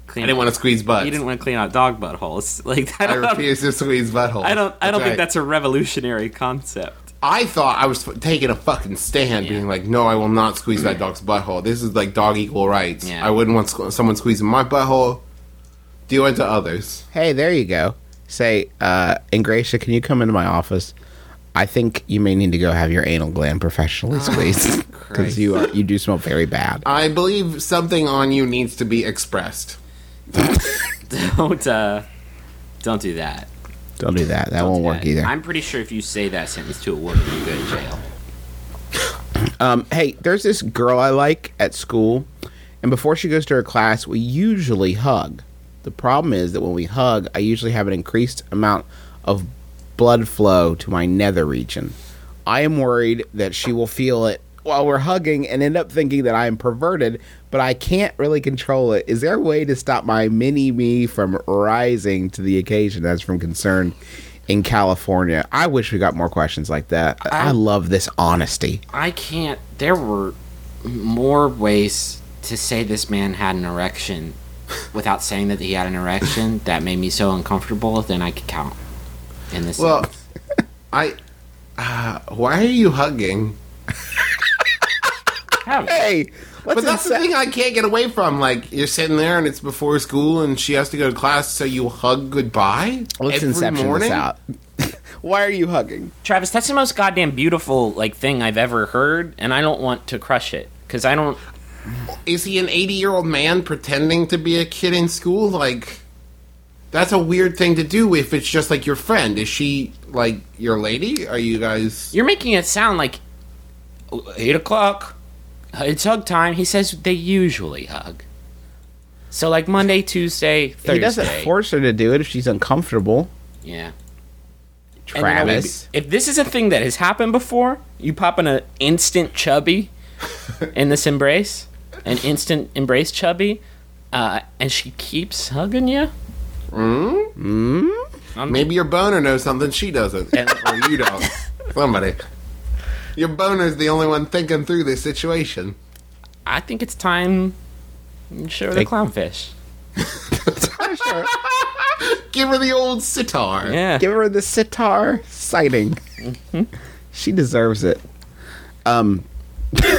clean. I didn't want to squeeze butts. You didn't want to clean out dog buttholes. *laughs* Like I I don't. I, refused to squeeze buttholes. don't. *laughs* I don't right. think that's a revolutionary concept. I thought I was f- taking a fucking stand, being like, "No, I will not squeeze that dog's butthole. This is like dog equal rights. Yeah. I wouldn't want squ- someone squeezing my butthole. Do unto others." Hey, there you go. Say, uh, Ingratia, can you come into my office? I think you may need to go have your anal gland professionally squeezed *laughs* because you are, you do smell very bad. I believe something on you needs to be expressed. Don't. Uh, don't do that. Don't do that. That won't work Yeah, either. I'm pretty sure if you say that sentence to a woman, you go to jail. Um, hey, there's this girl I like at school, and before she goes to her class, we usually hug. The problem is that when we hug, I usually have an increased amount of blood flow to my nether region. I am worried that she will feel it while we're hugging and end up thinking that I am perverted, but I can't really control it. Is there a way to stop my mini me from rising to the occasion? That's from concern in California. I wish we got more questions like that. I, I love this honesty. I can't. There were more ways to say this man had an erection without saying that he had *laughs* an erection that made me so uncomfortable than I could count. In this, Well, *laughs* I. Uh, why are you hugging? Have it. hey, But that's the thing I can't get away from. Like you're sitting there and it's before school and she has to go to class, so you hug goodbye Let's every inception morning? this out. *laughs* Why are you hugging? Travis, that's the most goddamn beautiful like thing I've ever heard, and I don't want to crush it because I don't. Is he an 80 year old man pretending to be a kid in school? Like that's a weird thing to do if it's just like your friend. Is she like your lady? Are you guys? You're making it sound like eight o'clock. It's hug time. He says they usually hug. So like Monday, Tuesday, Thursday. He doesn't force her to do it if she's uncomfortable. Yeah. And you know, Travis, if, if this is a thing that has happened before, you pop in an instant chubby in this embrace, an instant embrace chubby, uh, and she keeps hugging you. Maybe your boner knows something she doesn't, or you don't. *laughs* Somebody. Your boner's the only one thinking through this situation. I think it's time. to Show her the Take- clownfish. Give her the old sitar. Yeah. give her the sitar sighting. Mm-hmm. she deserves it. Um,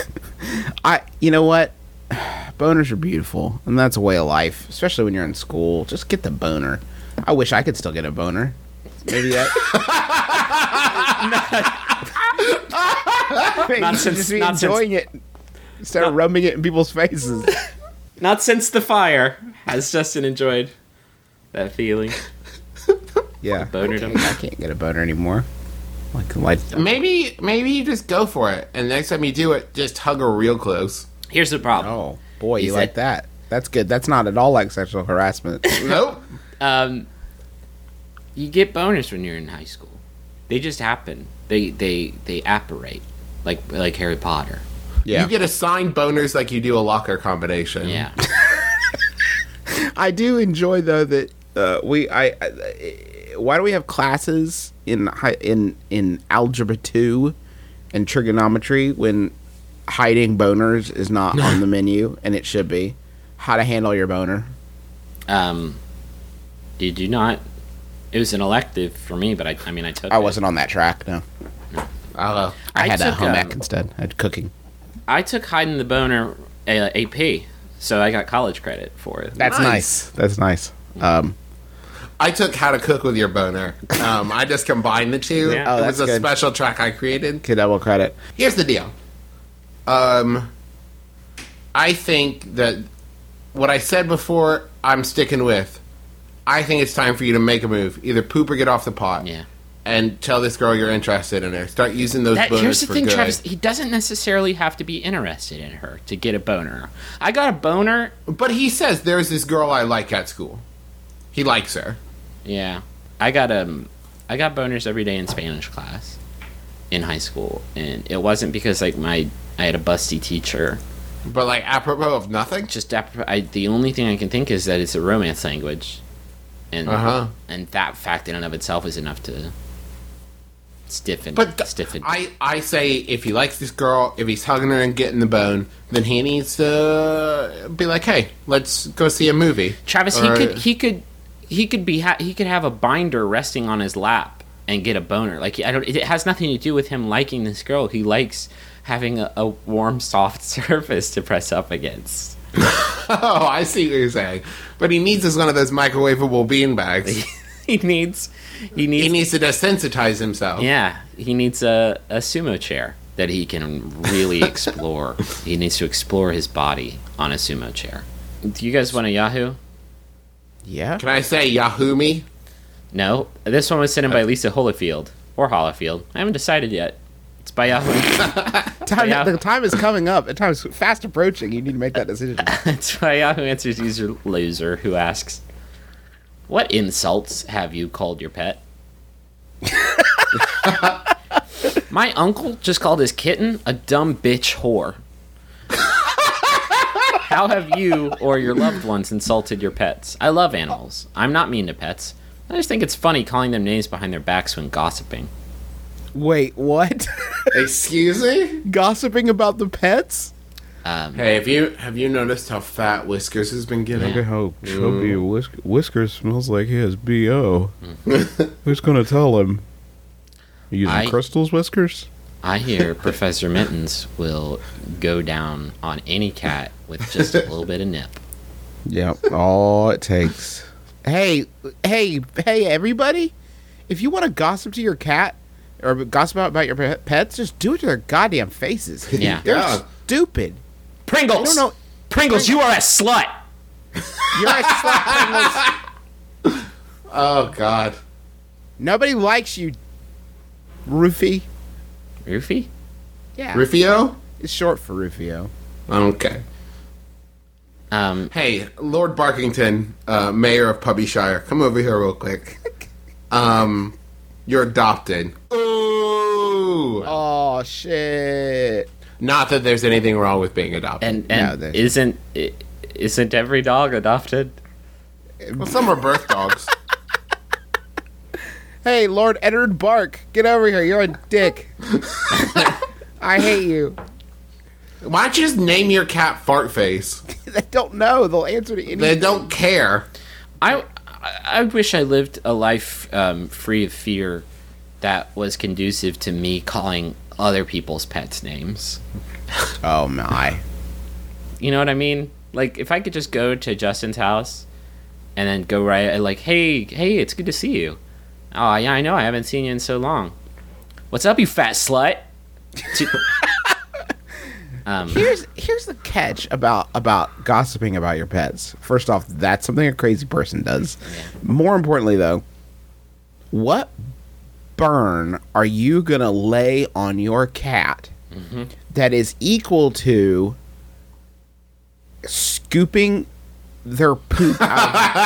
*laughs* I. You know what? Boners are beautiful, and that's a way of life, especially when you're in school. Just get the boner. I wish I could still get a boner. Maybe *laughs* that. Not not since- just be not since- enjoying it instead of rubbing it in people's *laughs* faces. Not since the fire has Justin enjoyed that feeling. Yeah. Bonerdom. I can't get a boner anymore. Like, like Maybe maybe you just go for it, and next time you do it, just hug her real close. Here's the problem. oh boy, Is you like that? That's good. That's not at all like sexual *laughs* harassment. Nope. Um, you get boners when you're in high school. They just happen. They they they apparate like like Harry Potter. Yeah, You get assigned boners like you do a locker combination. Yeah. I do enjoy though that uh, we. I, I eh, why do we have classes in hi- in in algebra two and trigonometry when hiding boners is not *laughs* on the menu and it should be? How to handle your boner? Um, did you not? It was an elective for me, but I, I mean, I took. I it. wasn't on that track. No, Uh, Oh, I, I had a took, home um, ec instead. I had cooking. I took hiding the boner uh, AP, so I got college credit for it. That's nice. nice. That's nice. Um, I took how to cook with your boner. Um, I just combined the two. Yeah. Oh, it was a that's good. special track I created. to double credit. Here's the deal. Um, I think that what I said before, I'm sticking with. I think it's time for you to make a move. Either poop or get off the pot. yeah. and tell this girl you're interested in her. Start using those That, boners here's the for thing, good. Travis. He doesn't necessarily have to be interested in her to get a boner. I got a boner. But he says there's this girl I like at school. He likes her. Yeah, I got um, I got boners every day in Spanish class in high school, and it wasn't because like my I had a busty teacher. But like apropos of nothing. Just ap- I, the only thing I can think is that it's a romance language, and Uh-huh. and that fact in and of itself is enough to stiffen. But th- stiffen. I I say if he likes this girl, if he's hugging her and getting the bone, then he needs to be like, hey, let's go see a movie. Travis, Or- *laughs* he could he could he could be ha- he could have a binder resting on his lap and get a boner. Like I don't. It has nothing to do with him liking this girl. He likes having a, a warm, soft *laughs* surface to press up against. *laughs* Oh, I see what you're saying. But he needs is one of those microwavable bean bags. *laughs* he needs he needs, he needs to desensitize himself. yeah he needs a, a sumo chair that he can really explore. he needs to explore his body on a sumo chair. Do you guys want a Yahoo? Yeah. Can I say Yahoo me? No, this one was sent in by Lisa Holofield or Holofield. I haven't decided yet. It's by Yahoo. Time, Yeah. The time is coming up. The time is fast approaching. You need to make that *laughs* decision. It's my Yahoo Answers user Loser who asks, "What insults have you called your pet?" my uncle just called his kitten a dumb bitch whore. How have you or your loved ones insulted your pets? I love animals. I'm not mean to pets. I just think it's funny calling them names behind their backs when gossiping. Wait, what? *laughs* Excuse me? Gossiping about the pets? Um, Hey, have you have you noticed how fat Whiskers has been getting? How chubby whisk- Whiskers smells like his *laughs* BO. Who's going to tell him? You using I- crystals, Whiskers? I hear Professor Mittens will go down on any cat with just a little bit of nip. Yep. All it takes. Hey, hey, hey, everybody! If you want to gossip to your cat or gossip about your pe- pets, just do it to their goddamn faces. *laughs* Yeah. They're Yeah. stupid. Pringles. I don't know. Pringles, you are a slut. *laughs* You're a slut. Pringles. Oh God. Nobody likes you, Rufy. Rufy? Yeah, Rufio? it's short for Rufio. Okay. Um, Hey, Lord Barkington, uh, mayor of Pubby Shire, come over here real quick. Um, you're adopted. Ooh. Oh shit! Not that there's anything wrong with being adopted. and and they- isn't i- isn't every dog adopted? well, some are birth dogs. Hey, Lord Edward Bark, get over here. You're a dick. *laughs* I hate you. Why don't you just name your cat Fartface? They don't know. They'll answer to They any. don't care. I I- I wish I lived a life um, free of fear that was conducive to me calling other people's pets names. Oh, my. You know what I mean? Like if I could just go to Justin's house and then go right uh, like, hey, hey, it's good to see you. Oh yeah, I know, I haven't seen you in so long. What's up, you fat slut? *laughs* To- Here's here's the catch about about gossiping about your pets. First off, that's something a crazy person does. More importantly, though, what burn are you gonna lay on your cat Mm-hmm. that is equal to scooping their poop out of the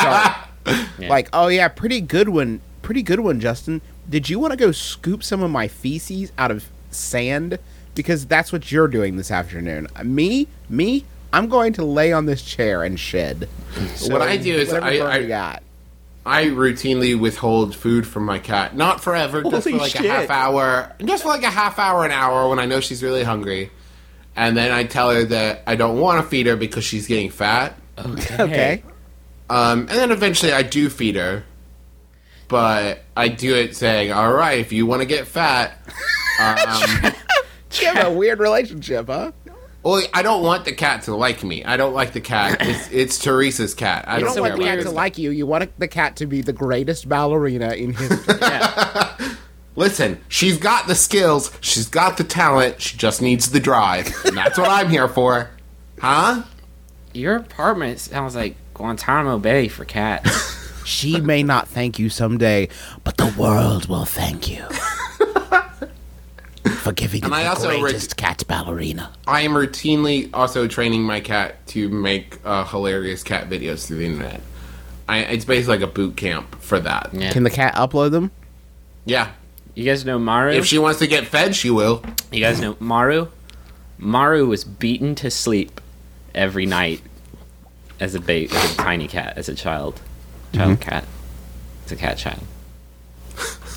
jar? *laughs* Like, oh yeah, pretty good one, pretty good one, Justin. Did you want to go scoop some of my feces out of sand? Because that's what you're doing this afternoon. Uh, Me, me, I'm going to lay on this chair and shed. So What I do is whatever I- burn I- you got. I routinely withhold food from my cat. Not forever, just for like a half hour. Just for like a half hour, an hour when I know she's really hungry. And then I tell her that I don't want to feed her because she's getting fat. Okay. Um, and then eventually I do feed her. But I do it saying, all right, if you want to get fat. Um, *laughs* You have a weird relationship, huh? well, I don't want the cat to like me. I don't like the cat. It's, it's Teresa's cat. I You don't, don't want care the about cat his- to like you. You want the cat to be the greatest ballerina in history. Listen, she's got the skills, she's got the talent, she just needs the drive. And that's what I'm here for. Huh? Your apartment sounds like Guantanamo Bay for cats. *laughs* She may not thank you someday, but the world will thank *laughs* you for giving you And I the also re- greatest cat ballerina. I am routinely also training my cat to make uh, hilarious cat videos through the internet. I, it's basically like a boot camp for that. Yeah. Can the cat upload them? You guys know Maru? If she wants to get fed, she will. you guys know Maru? Maru was beaten to sleep every night as a baby, as a tiny cat, as a child. Child cat. It's a cat *laughs* child.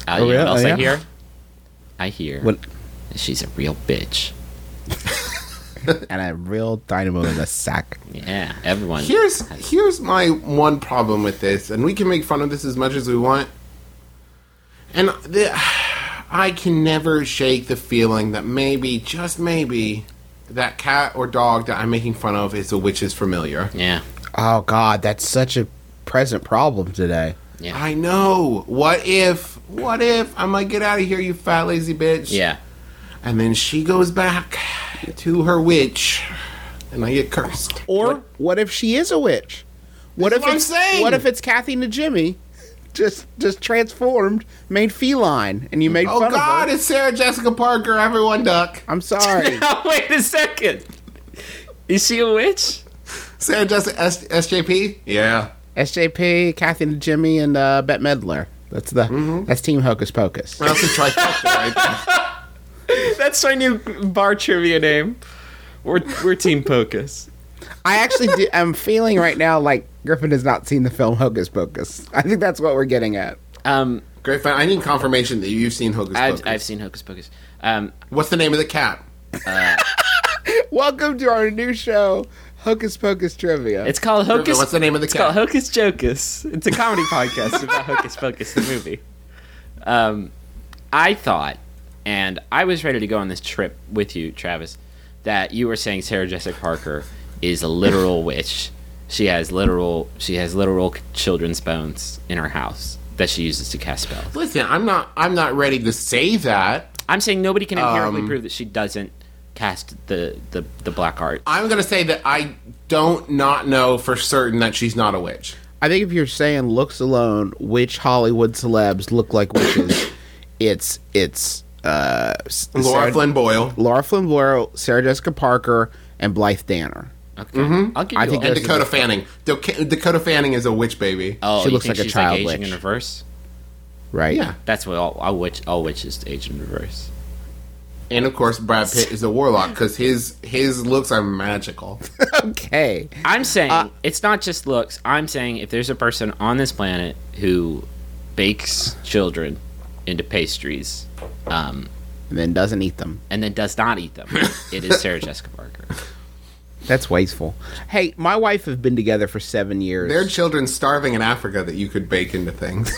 Uh, you know yeah? what else Oh, I yeah? hear? I hear What? that she's a real bitch. And a real dynamo in the sack. Yeah, everyone. Here's here's my one problem with this, and we can make fun of this as much as we want. And the, I can never shake the feeling that maybe, just maybe, that cat or dog that I'm making fun of is a witch's familiar. Yeah. Oh God, that's such a present problem today. I know. What if? What if? I'm like, get out of here, you fat lazy bitch. Yeah. And then she goes back to her witch, and I get cursed. Or what, if she is a witch? What That's if what I'm it's saying! what if it's Kathy and Jimmy, just just transformed, made feline, and you made Oh fun God! of her? It's Sarah Jessica Parker. Everyone duck. I'm *laughs* sorry. Wait a second. Is she a witch? Sarah Jessica S- SJP. Yeah. SJP, Kathy and Jimmy, and uh, Bette Medler. That's the Mm-hmm. that's Team Hocus Pocus. That's a trifecta right there. That's my new bar trivia name. We're, we're Team Pocus. I actually do, I'm feeling right now like Griffin has not seen the film Hocus Pocus. I think that's what we're getting at. Um, *laughs* Great fan. I need confirmation that you've seen Hocus Pocus. I've, I've seen Hocus Pocus. Um, What's the name of the cat? Welcome to our new show, Hocus Pocus Trivia. it's called Hocus. What's the name of the it's cat? called Hocus Jocus. It's a *laughs* comedy podcast about Hocus Pocus, the movie. Um, I thought, and I was ready to go on this trip with you, Travis, that you were saying Sarah Jessica Parker is a literal witch. She has literal. She has literal children's bones in her house that she uses to cast spells. Listen, I'm not. I'm not ready to say that. I'm saying nobody can empirically Um, prove that she doesn't cast the the, the black art. I'm gonna say that I don't not know for certain that she's not a witch. I think if you're saying looks alone, which Hollywood celebs look like *coughs* witches, it's it's uh S- Laura Sarah- Flynn Boyle Laura Flynn Boyle, Sarah Jessica Parker, and Blythe Danner. Okay, Mm-hmm. I'll give you. I think all- and This is Dakota a- Fanning. Doca- Dakota Fanning is a witch baby. oh, she you looks think like a she's child aging witch. in reverse. Right? Yeah, That's what all, all witch all witches age in reverse. and of course Brad Pitt is a warlock because his his looks are magical. *laughs* Okay. I'm saying it's not just looks. I'm saying if there's a person on this planet who bakes children into pastries um, And then doesn't eat them. and then does not *laughs* eat them, it is Sarah Jessica Parker. That's wasteful. Hey, my wife have been together for seven years. there are children starving in Africa that you could bake into things.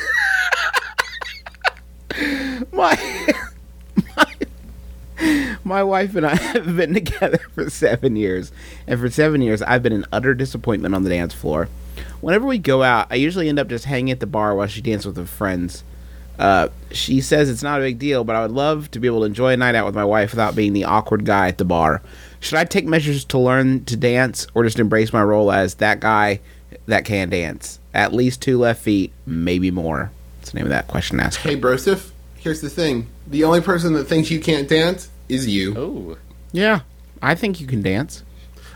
my, my my wife and I *laughs* have been together for seven years, and for seven years I've been an utter disappointment on the dance floor. Whenever we go out, I usually end up just hanging at the bar while she dances with her friends. Uh, she says it's not a big deal, but I would love to be able to enjoy a night out with my wife without being the awkward guy at the bar. Should I take measures to learn to dance, or just embrace my role as that guy that can dance? At least two left feet, maybe more. That's the name of that question asked. hey, Brosif, here's the thing: the only person that thinks you can't dance is you. Oh, Yeah, I think you can dance.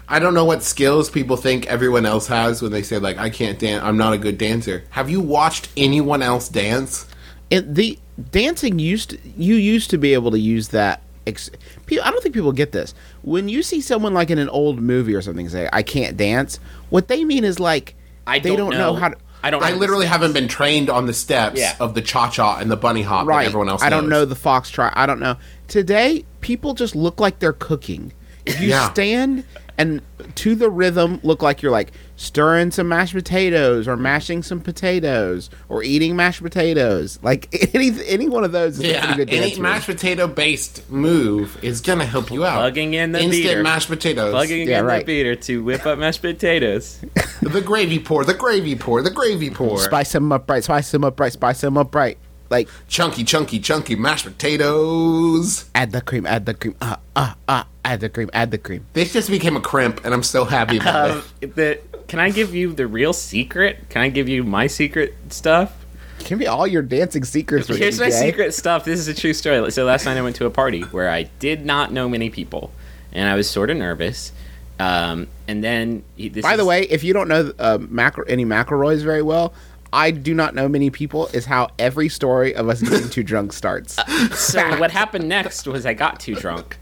I don't know what skills people think everyone else has when they say like I can't dance, I'm not a good dancer. Have you watched anyone else dance? It, the dancing used to, you used to be able to use that. Ex- pe- I don't think people get this. When you see someone like in an old movie or something say "I can't dance," what they mean is like I they don't don't know, know. how to. I don't. I know. literally haven't been trained on the steps Yeah. of the cha cha and the bunny hop Right. that everyone else. I don't know knows. the fox trot. I don't know. Today, people just look like they're cooking. If you Yeah. stand and to the rhythm, look like you're like stirring some mashed potatoes or mashing some potatoes or eating mashed potatoes. Like *laughs* any any one of those is a Yeah, pretty good any dance. move. mashed potato based move is gonna help you out. Plugging in the instant beater. mashed potatoes, plugging Yeah, in right. the beater to whip up mashed *laughs* potatoes. the gravy pour, the gravy pour, the gravy pour, Spice them up right. Spice them up right. Spice them up right. Like chunky, chunky, chunky mashed potatoes. add the cream. Add the cream. Uh uh uh. Add the cream. Add the cream. *laughs* This just became a crimp, and I'm so happy about it. the Can I give you the real secret? Can I give you my secret stuff? Give me all your dancing secrets. Rudy Here's my Gay. secret stuff. This is a true story. So last night I went to a party where I did not know many people, and I was sort of nervous. Um, and then he- this By the is- way, if you don't know uh, Mac- any McElroys very well, I do not know many people. Is how every story of us getting too drunk starts. so what happened next was I got too drunk,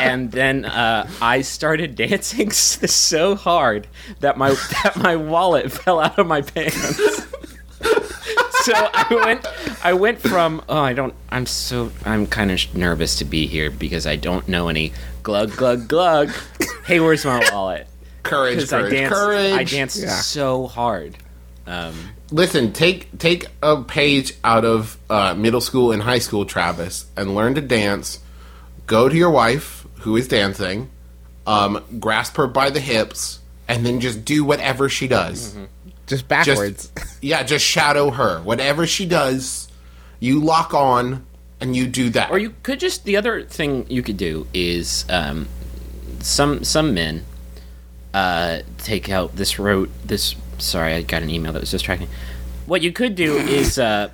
and then uh, I started *laughs* dancing s- so hard that my that my wallet *laughs* fell out of my pants. so I went I went from oh I don't I'm so I'm kind of nervous to be here because I don't know any glug glug glug. Hey, where's my wallet? Courage, Because I courage, danced courage. I danced so hard. Um, Listen, take take a page out of uh, middle school and high school, Travis, and learn to dance. Go to your wife who is dancing, um, grasp her by the hips, and then just do whatever she does. Just Mm-hmm. Just backwards. *laughs* yeah, just shadow her. Whatever she does, you lock on and you do that. Or you could just the other thing you could do is um, some some men uh, take out this road. This sorry, I got an email that was distracting. What you *laughs* could do is uh,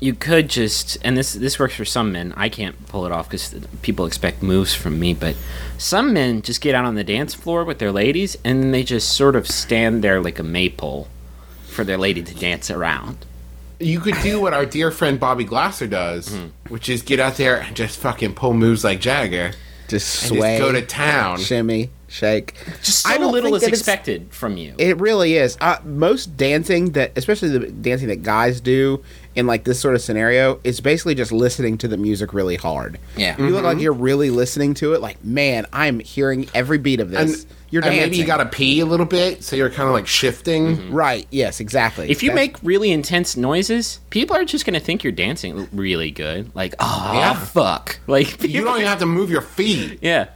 you could just and this this works for some men. I can't pull it off because people expect moves from me, but some men just get out on the dance floor with their ladies and then they just sort of stand there like a maypole for their lady to dance around. you could do what our dear friend Bobby Glasser does, Mm-hmm. which is get out there and just fucking pull moves like Jagger just and sway, just go to town. shimmy, shake. Just I so don't little think is that it's- expected from you. It really is. Uh, most dancing that, especially the dancing that guys do in like this sort of scenario, is basically just listening to the music really hard. Yeah. you look Mm-hmm. like you're really listening to it. Like, man, I'm hearing every beat of And, this. you're and dancing. maybe you gotta pee a little bit, so you're kind of like shifting. right. Yes, exactly. If you That's- make really intense noises, people are just gonna think you're dancing really good. Like, oh Yeah. fuck, like *laughs* You don't even have to move your feet. yeah.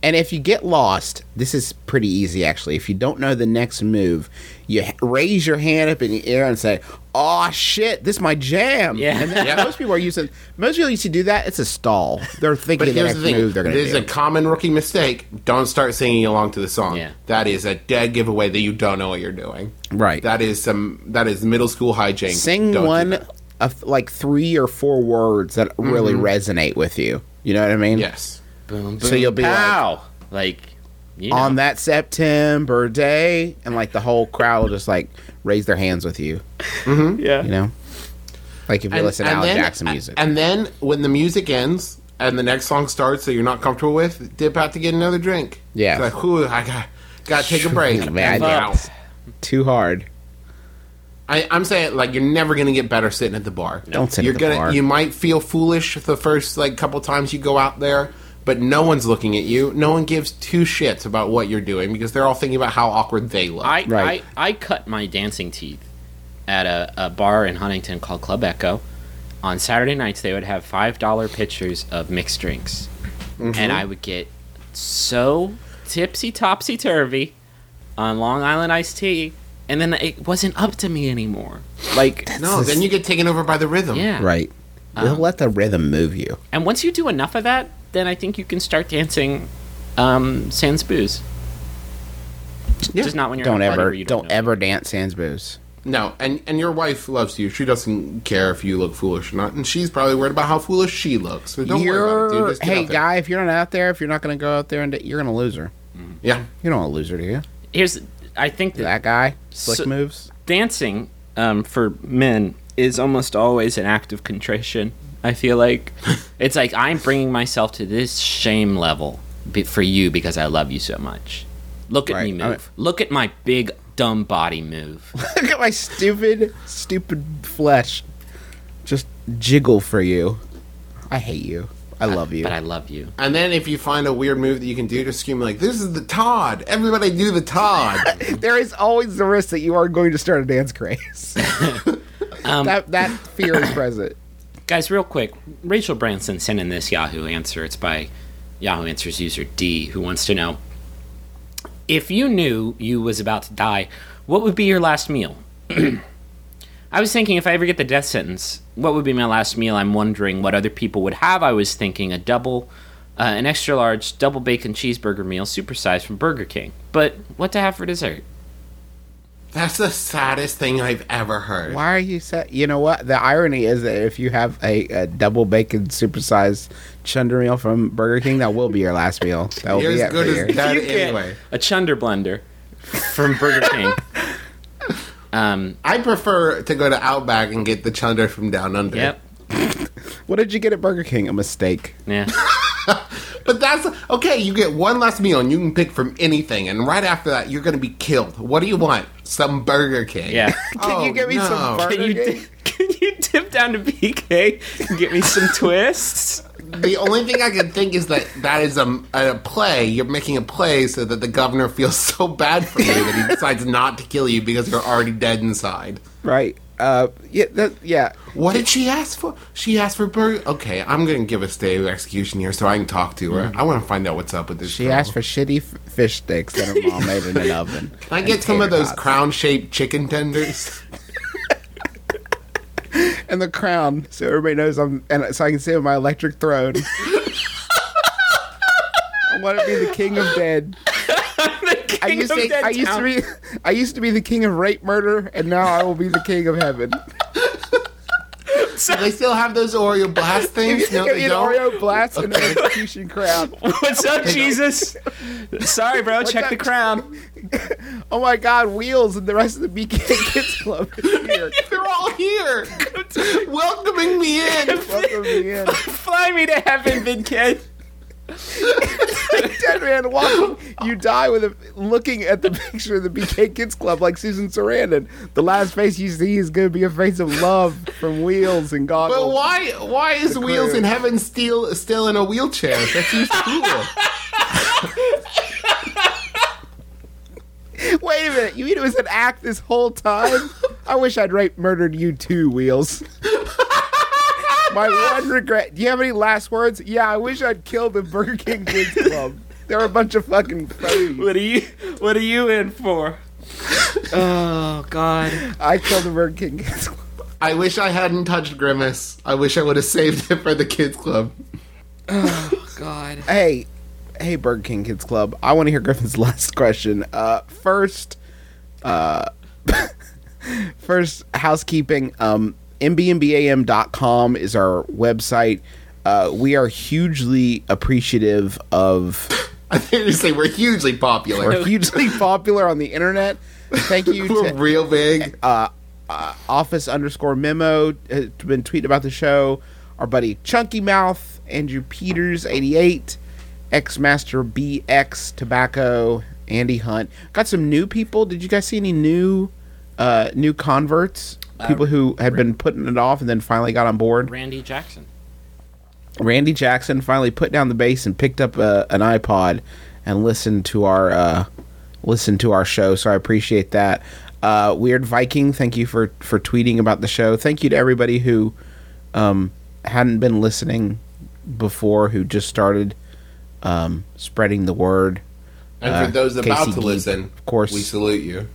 And if you get lost, this is pretty easy actually. If you don't know the next move, you h- raise your hand up in the air and say, "Oh shit, this is my jam." Yeah. And then Yeah. most people are using most people used to do that. It's a stall. They're But thinking the here's next the thing: move they're going to this is do. a common rookie mistake. Don't start singing along to the song. Yeah. That is a dead giveaway that you don't know what you're doing. Right. That is some. That is middle school hijinks. Sing Don't do one that. Mm-hmm. of like three or four words that really resonate with you. You know what I mean? Yes. Boom, boom. So you'll be like- pow. like, you know. On that September day, and like the whole crowd will just like raise their hands with you. yeah. You know, like if you listen to Alan Mm-hmm. then- Jackson music. And then when the music ends and the next song starts that you're not comfortable with, dip out to get another drink. Yeah. It's like, whew, I got got to *laughs* take a break. Man, And I out. did. too hard. I, I'm saying like you're never gonna get better sitting at the bar. Don't sit at you're the gonna bar. you might feel foolish the first like couple times you go out there, but no one's looking at you. No one gives two shits about what you're doing because they're all thinking about how awkward they look. I, Right. I I cut my dancing teeth at a, a bar in Huntington called Club Echo. On Saturday nights, they would have five dollar pitchers of mixed drinks, Mm-hmm. and I would get so tipsy topsy turvy on Long Island iced tea, and then it wasn't up to me anymore. Like no, then you Uh-huh. get taken over by the Um, rhythm. *laughs* yeah, Right. They'll let the rhythm move you. And once you do enough of that, then I think you can start dancing um, sans booze. Just not when you're Don't at a party ever, where you don't, know. ever dance sans booze. No, and and your wife loves you. She doesn't care if you look foolish or not, and she's probably worried about how foolish she looks. So don't worry about it, dude. You're, Just get hey out there. guy, if you're not out there, if you're not going to go out there and d- you're going to lose her. Yeah. You don't want to lose her, do you? Here's, I think that That guy, slick So- *laughs* moves. dancing um, for men is almost always an act of contrition. I *laughs* feel like it's like I'm bringing myself to this shame level be- for you because I love you so much. Look at Right, me move. I- Look at my big dumb body move. Look at my stupid, stupid flesh, just jiggle for you. I hate you. I love you. But I love you. And then if you find a weird move that you can do, just scream like, "This is the Todd! Everybody do *laughs* the Todd!" there is always the risk that you are going to start a dance *laughs* craze. *laughs* that that Um, fear is present. Guys, real quick, Rachel Branson sent in this Yahoo answer. It's by Yahoo Answers user D, who wants to know if you knew you was about to die, what would be your last meal? *clears throat* I was thinking if I ever get the death sentence, what would be my last meal? I'm wondering what other people would have. I was thinking a double, uh, an extra large double bacon cheeseburger meal, supersized from Burger King. But what to have for dessert? That's the saddest thing I've ever heard. Why are you set? You know what? The irony is that if you have a, a double bacon supersized chunder meal from Burger King, that will be your last meal. That will You're be it as for good you. *laughs* as that You can't- anyway. A chunder blender from Burger King. um, I prefer to go to Outback and get the chunder from down under. yep. What did you get at Burger King? A mistake. Yeah. But that's okay. You get one last meal and you can pick from anything. And right after that, you're going to be killed. What do you want? Some Burger King. Oh, Yeah. Can you give me some Oh, Can you, di- can you dip down to BK and get me some twists? The only thing I can think is that that is a, a play. You're making a play so that the governor feels *laughs* so bad for you that he decides not to kill you because you're already dead inside. Right. Uh, yeah, that, yeah. What did she ask for? She asked for burger. Okay, I'm gonna give a stay to execution here so I can talk to her. I want to find out what's up with this. She asked for shitty f- fish sticks that her mom made *laughs* in an oven. Can I get some of those crown-shaped chicken tenders? and the crown, so everybody knows I'm, and so I can sit on my electric *laughs* throne. I want to be the king of *laughs* dead. I used of to, dead I used town. to be, *laughs* I used to be the king of rape, murder, and now I will be the king of *laughs* heaven. Do they still have those Oreo blast things? No, Give me *laughs* they an don't. Oreo blast and an execution crown. What's up, Jesus? Sorry, bro. Check up? the crown. Oh my God, wheels and the rest of the BK Kids *laughs* Club is here. They're all here, welcoming me in. Welcome me in. Fly me to heaven, big kid. Dead man walking. *gasps* You die with a looking at the picture of the BK Kids Club like Susan Sarandon. The last face you see is going to be a face of love from wheels and goggles. But why? Why is Wheels in Heaven still still in a wheelchair? That seems cool. Wait a minute, you mean it was an act this whole time? I wish I'd rape murdered you too, *laughs* Wheels. My one regret. Do you have any last words? Yeah, I wish I'd killed the Burger King Kids Club. They're a bunch of fucking phonies. What are you? What are you in for? Oh God. I killed the Burger King Kids Club. I wish I hadn't touched Grimace. I wish I would have saved it for the kids club. God. Hey, hey, Burger King Kids Club. I want to hear *laughs* Griffin's last question. Uh, first, uh, *laughs* first housekeeping. Um, mbmbam.com is our website. Uh, we are hugely appreciative of. I think you say we're hugely *laughs* popular. We're hugely popular on the internet. Thank you *laughs* We're to real big. office underscore memo has been tweeting about the show. Our buddy Chunky Mouth, Andrew Peters, 88, X Master BX Tobacco, Andy Hunt. Got some new people. Did you guys see any new uh, new converts? People who had been putting it off and then finally got on board. Randy Jackson. Randy Jackson finally put down the bass and picked up uh, an iPod and listened to our uh, listened to our show. So I appreciate that. Uh, Weird Viking, thank you for for tweeting about the show. Thank you to everybody who um, hadn't been listening before, who just started um, spreading the word. and for those about Casey to Geeb, listen, of course. we salute you.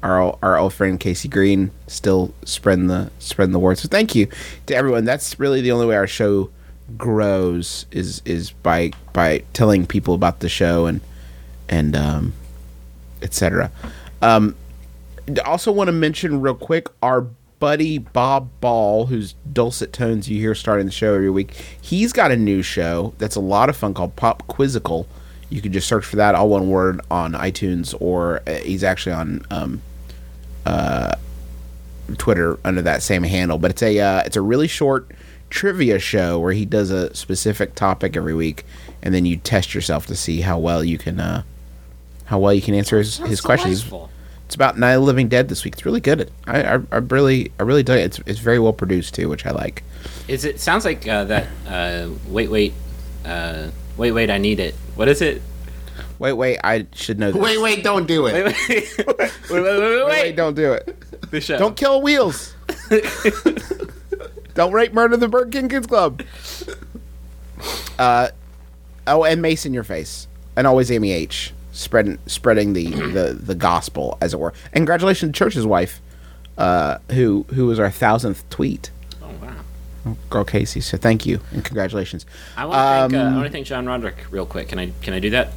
our old- our old friend Casey Green still spreading the spreading the word. So thank you to everyone. That's really the only way our show grows is is by by telling people about the show and and um etc. Um d- also want to mention real quick our buddy Bob Ball, whose dulcet tones you hear starting the show every week. He's got a new show that's a lot of fun called Pop Quizzical. You can just search for that all one word on iTunes, or uh, he's actually on um, uh, Twitter under that same handle. But it's a uh, it's a really short trivia show where he does a specific topic every week, and then you test yourself to see how well you can uh, how well you can answer his, his questions. delightful. It's about Night of the Living Dead this week. It's really good. I I, I really I really dig it. It's it's very well produced too, which I like. Is it? Sounds like uh, that. Uh, wait, wait. Uh, wait, wait. I need it. What is it? Wait, wait, I should know this. Wait, wait, don't do it. Wait, wait, wait, wait, wait, wait, don't do it. *laughs* The show. Don't kill *laughs* wheels. Don't rape murder the Burger King Kids Club. Uh, oh, and Mace in your face, and always Amy H. Spreading spreading the, the, the gospel, as it were. And congratulations to Church's wife, uh, who who was our thousandth tweet, Oh wow. girl Casey. So thank you and congratulations. Um, I want to thank, uh, I want to thank John Roderick real quick. Can I? Can I do that?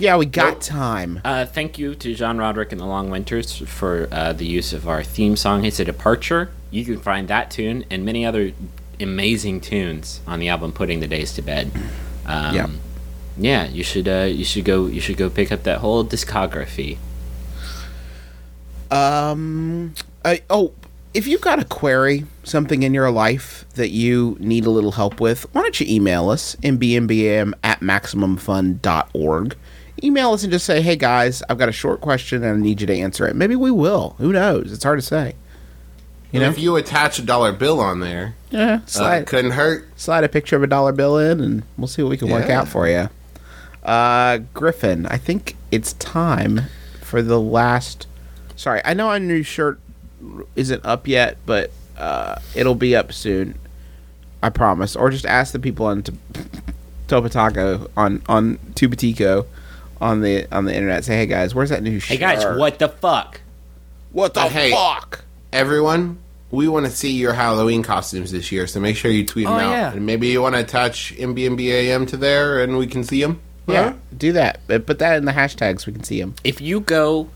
Yeah, we got time. Uh, thank you to John Roderick and the Long Winters for uh, the use of our theme song, It's a Departure. You can find that tune and many other amazing tunes on the album Putting the Days to Bed. Um, Yeah. yeah, you should uh, you should go you should go pick up that whole discography. Um. I, oh, if you've got a query, something in your life that you need a little help with, why don't you email us mbmbam at maximumfun.org. Email us and just say, hey guys, I've got a short question and I need you to answer it. Maybe we will. Who knows? It's hard to say. You know, if you attach a dollar bill on there, Yeah. uh, Slide, couldn't hurt. slide a picture of a dollar bill in and we'll see what we can work Yeah. out for you. Uh, Griffin, I think it's time for the last. Sorry, I know our new shirt isn't up yet, but uh, it'll be up soon. I promise. Or just ask the people on T- Topataco on on Tubatico on the on the internet. Say, hey guys, where's that new Hey shirt? guys, what the fuck? What the Uh, hey. fuck? everyone, we want to see your Halloween costumes this year, so make sure you tweet them Oh, out. yeah. And maybe you want to attach MBMBAM to there and we can see them. Yeah, do that. But Put that in the hashtags. We can see them. If you go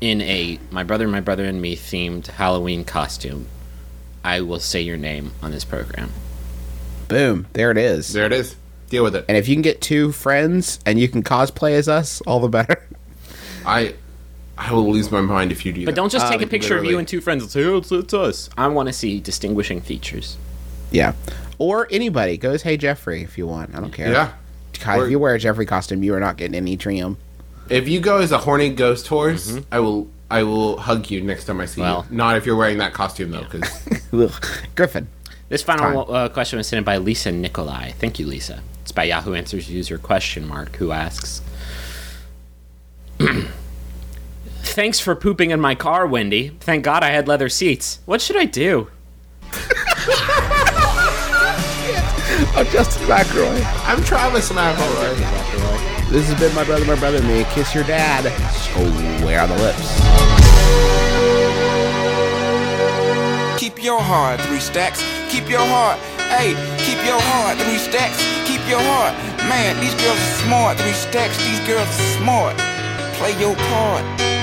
in a my brother, my brother and me themed Halloween costume, I will say your name on this program. Boom. There it is. There it is. Deal with it. And if you can get two friends and you can cosplay as us, all the better. *laughs* I I will lose my mind if you do But that. don't just take Um, a picture of you literally. and two friends and say, oh, it's, it's us. I want to see distinguishing features. yeah. Or anybody goes, hey Jeffrey, if you want. I don't care. Yeah. God, Or- if you wear a Jeffrey costume, you are not getting any trim. If you go as a horny ghost horse, I will I will hug you next time I see Mm-hmm. Well- you. Not if you're wearing that costume though, *laughs* because Ugh. Griffin. This final uh, question was sent in by Lisa Nikolai. Thank you, Lisa. It's by Yahoo Answers user question mark who asks, *clears throat* Thanks for pooping in my car, Wendy. Thank God I had leather seats. What should I do? Oh, Justin McElroy. I'm Travis McElroy. This has been my brother, my brother, and me. Kiss your dad. Square on the lips. Keep your heart, three stacks. Keep your heart. Hey, keep your heart, three stacks. Keep your heart. Man, these girls are smart, three stacks. These girls are smart. Play your part.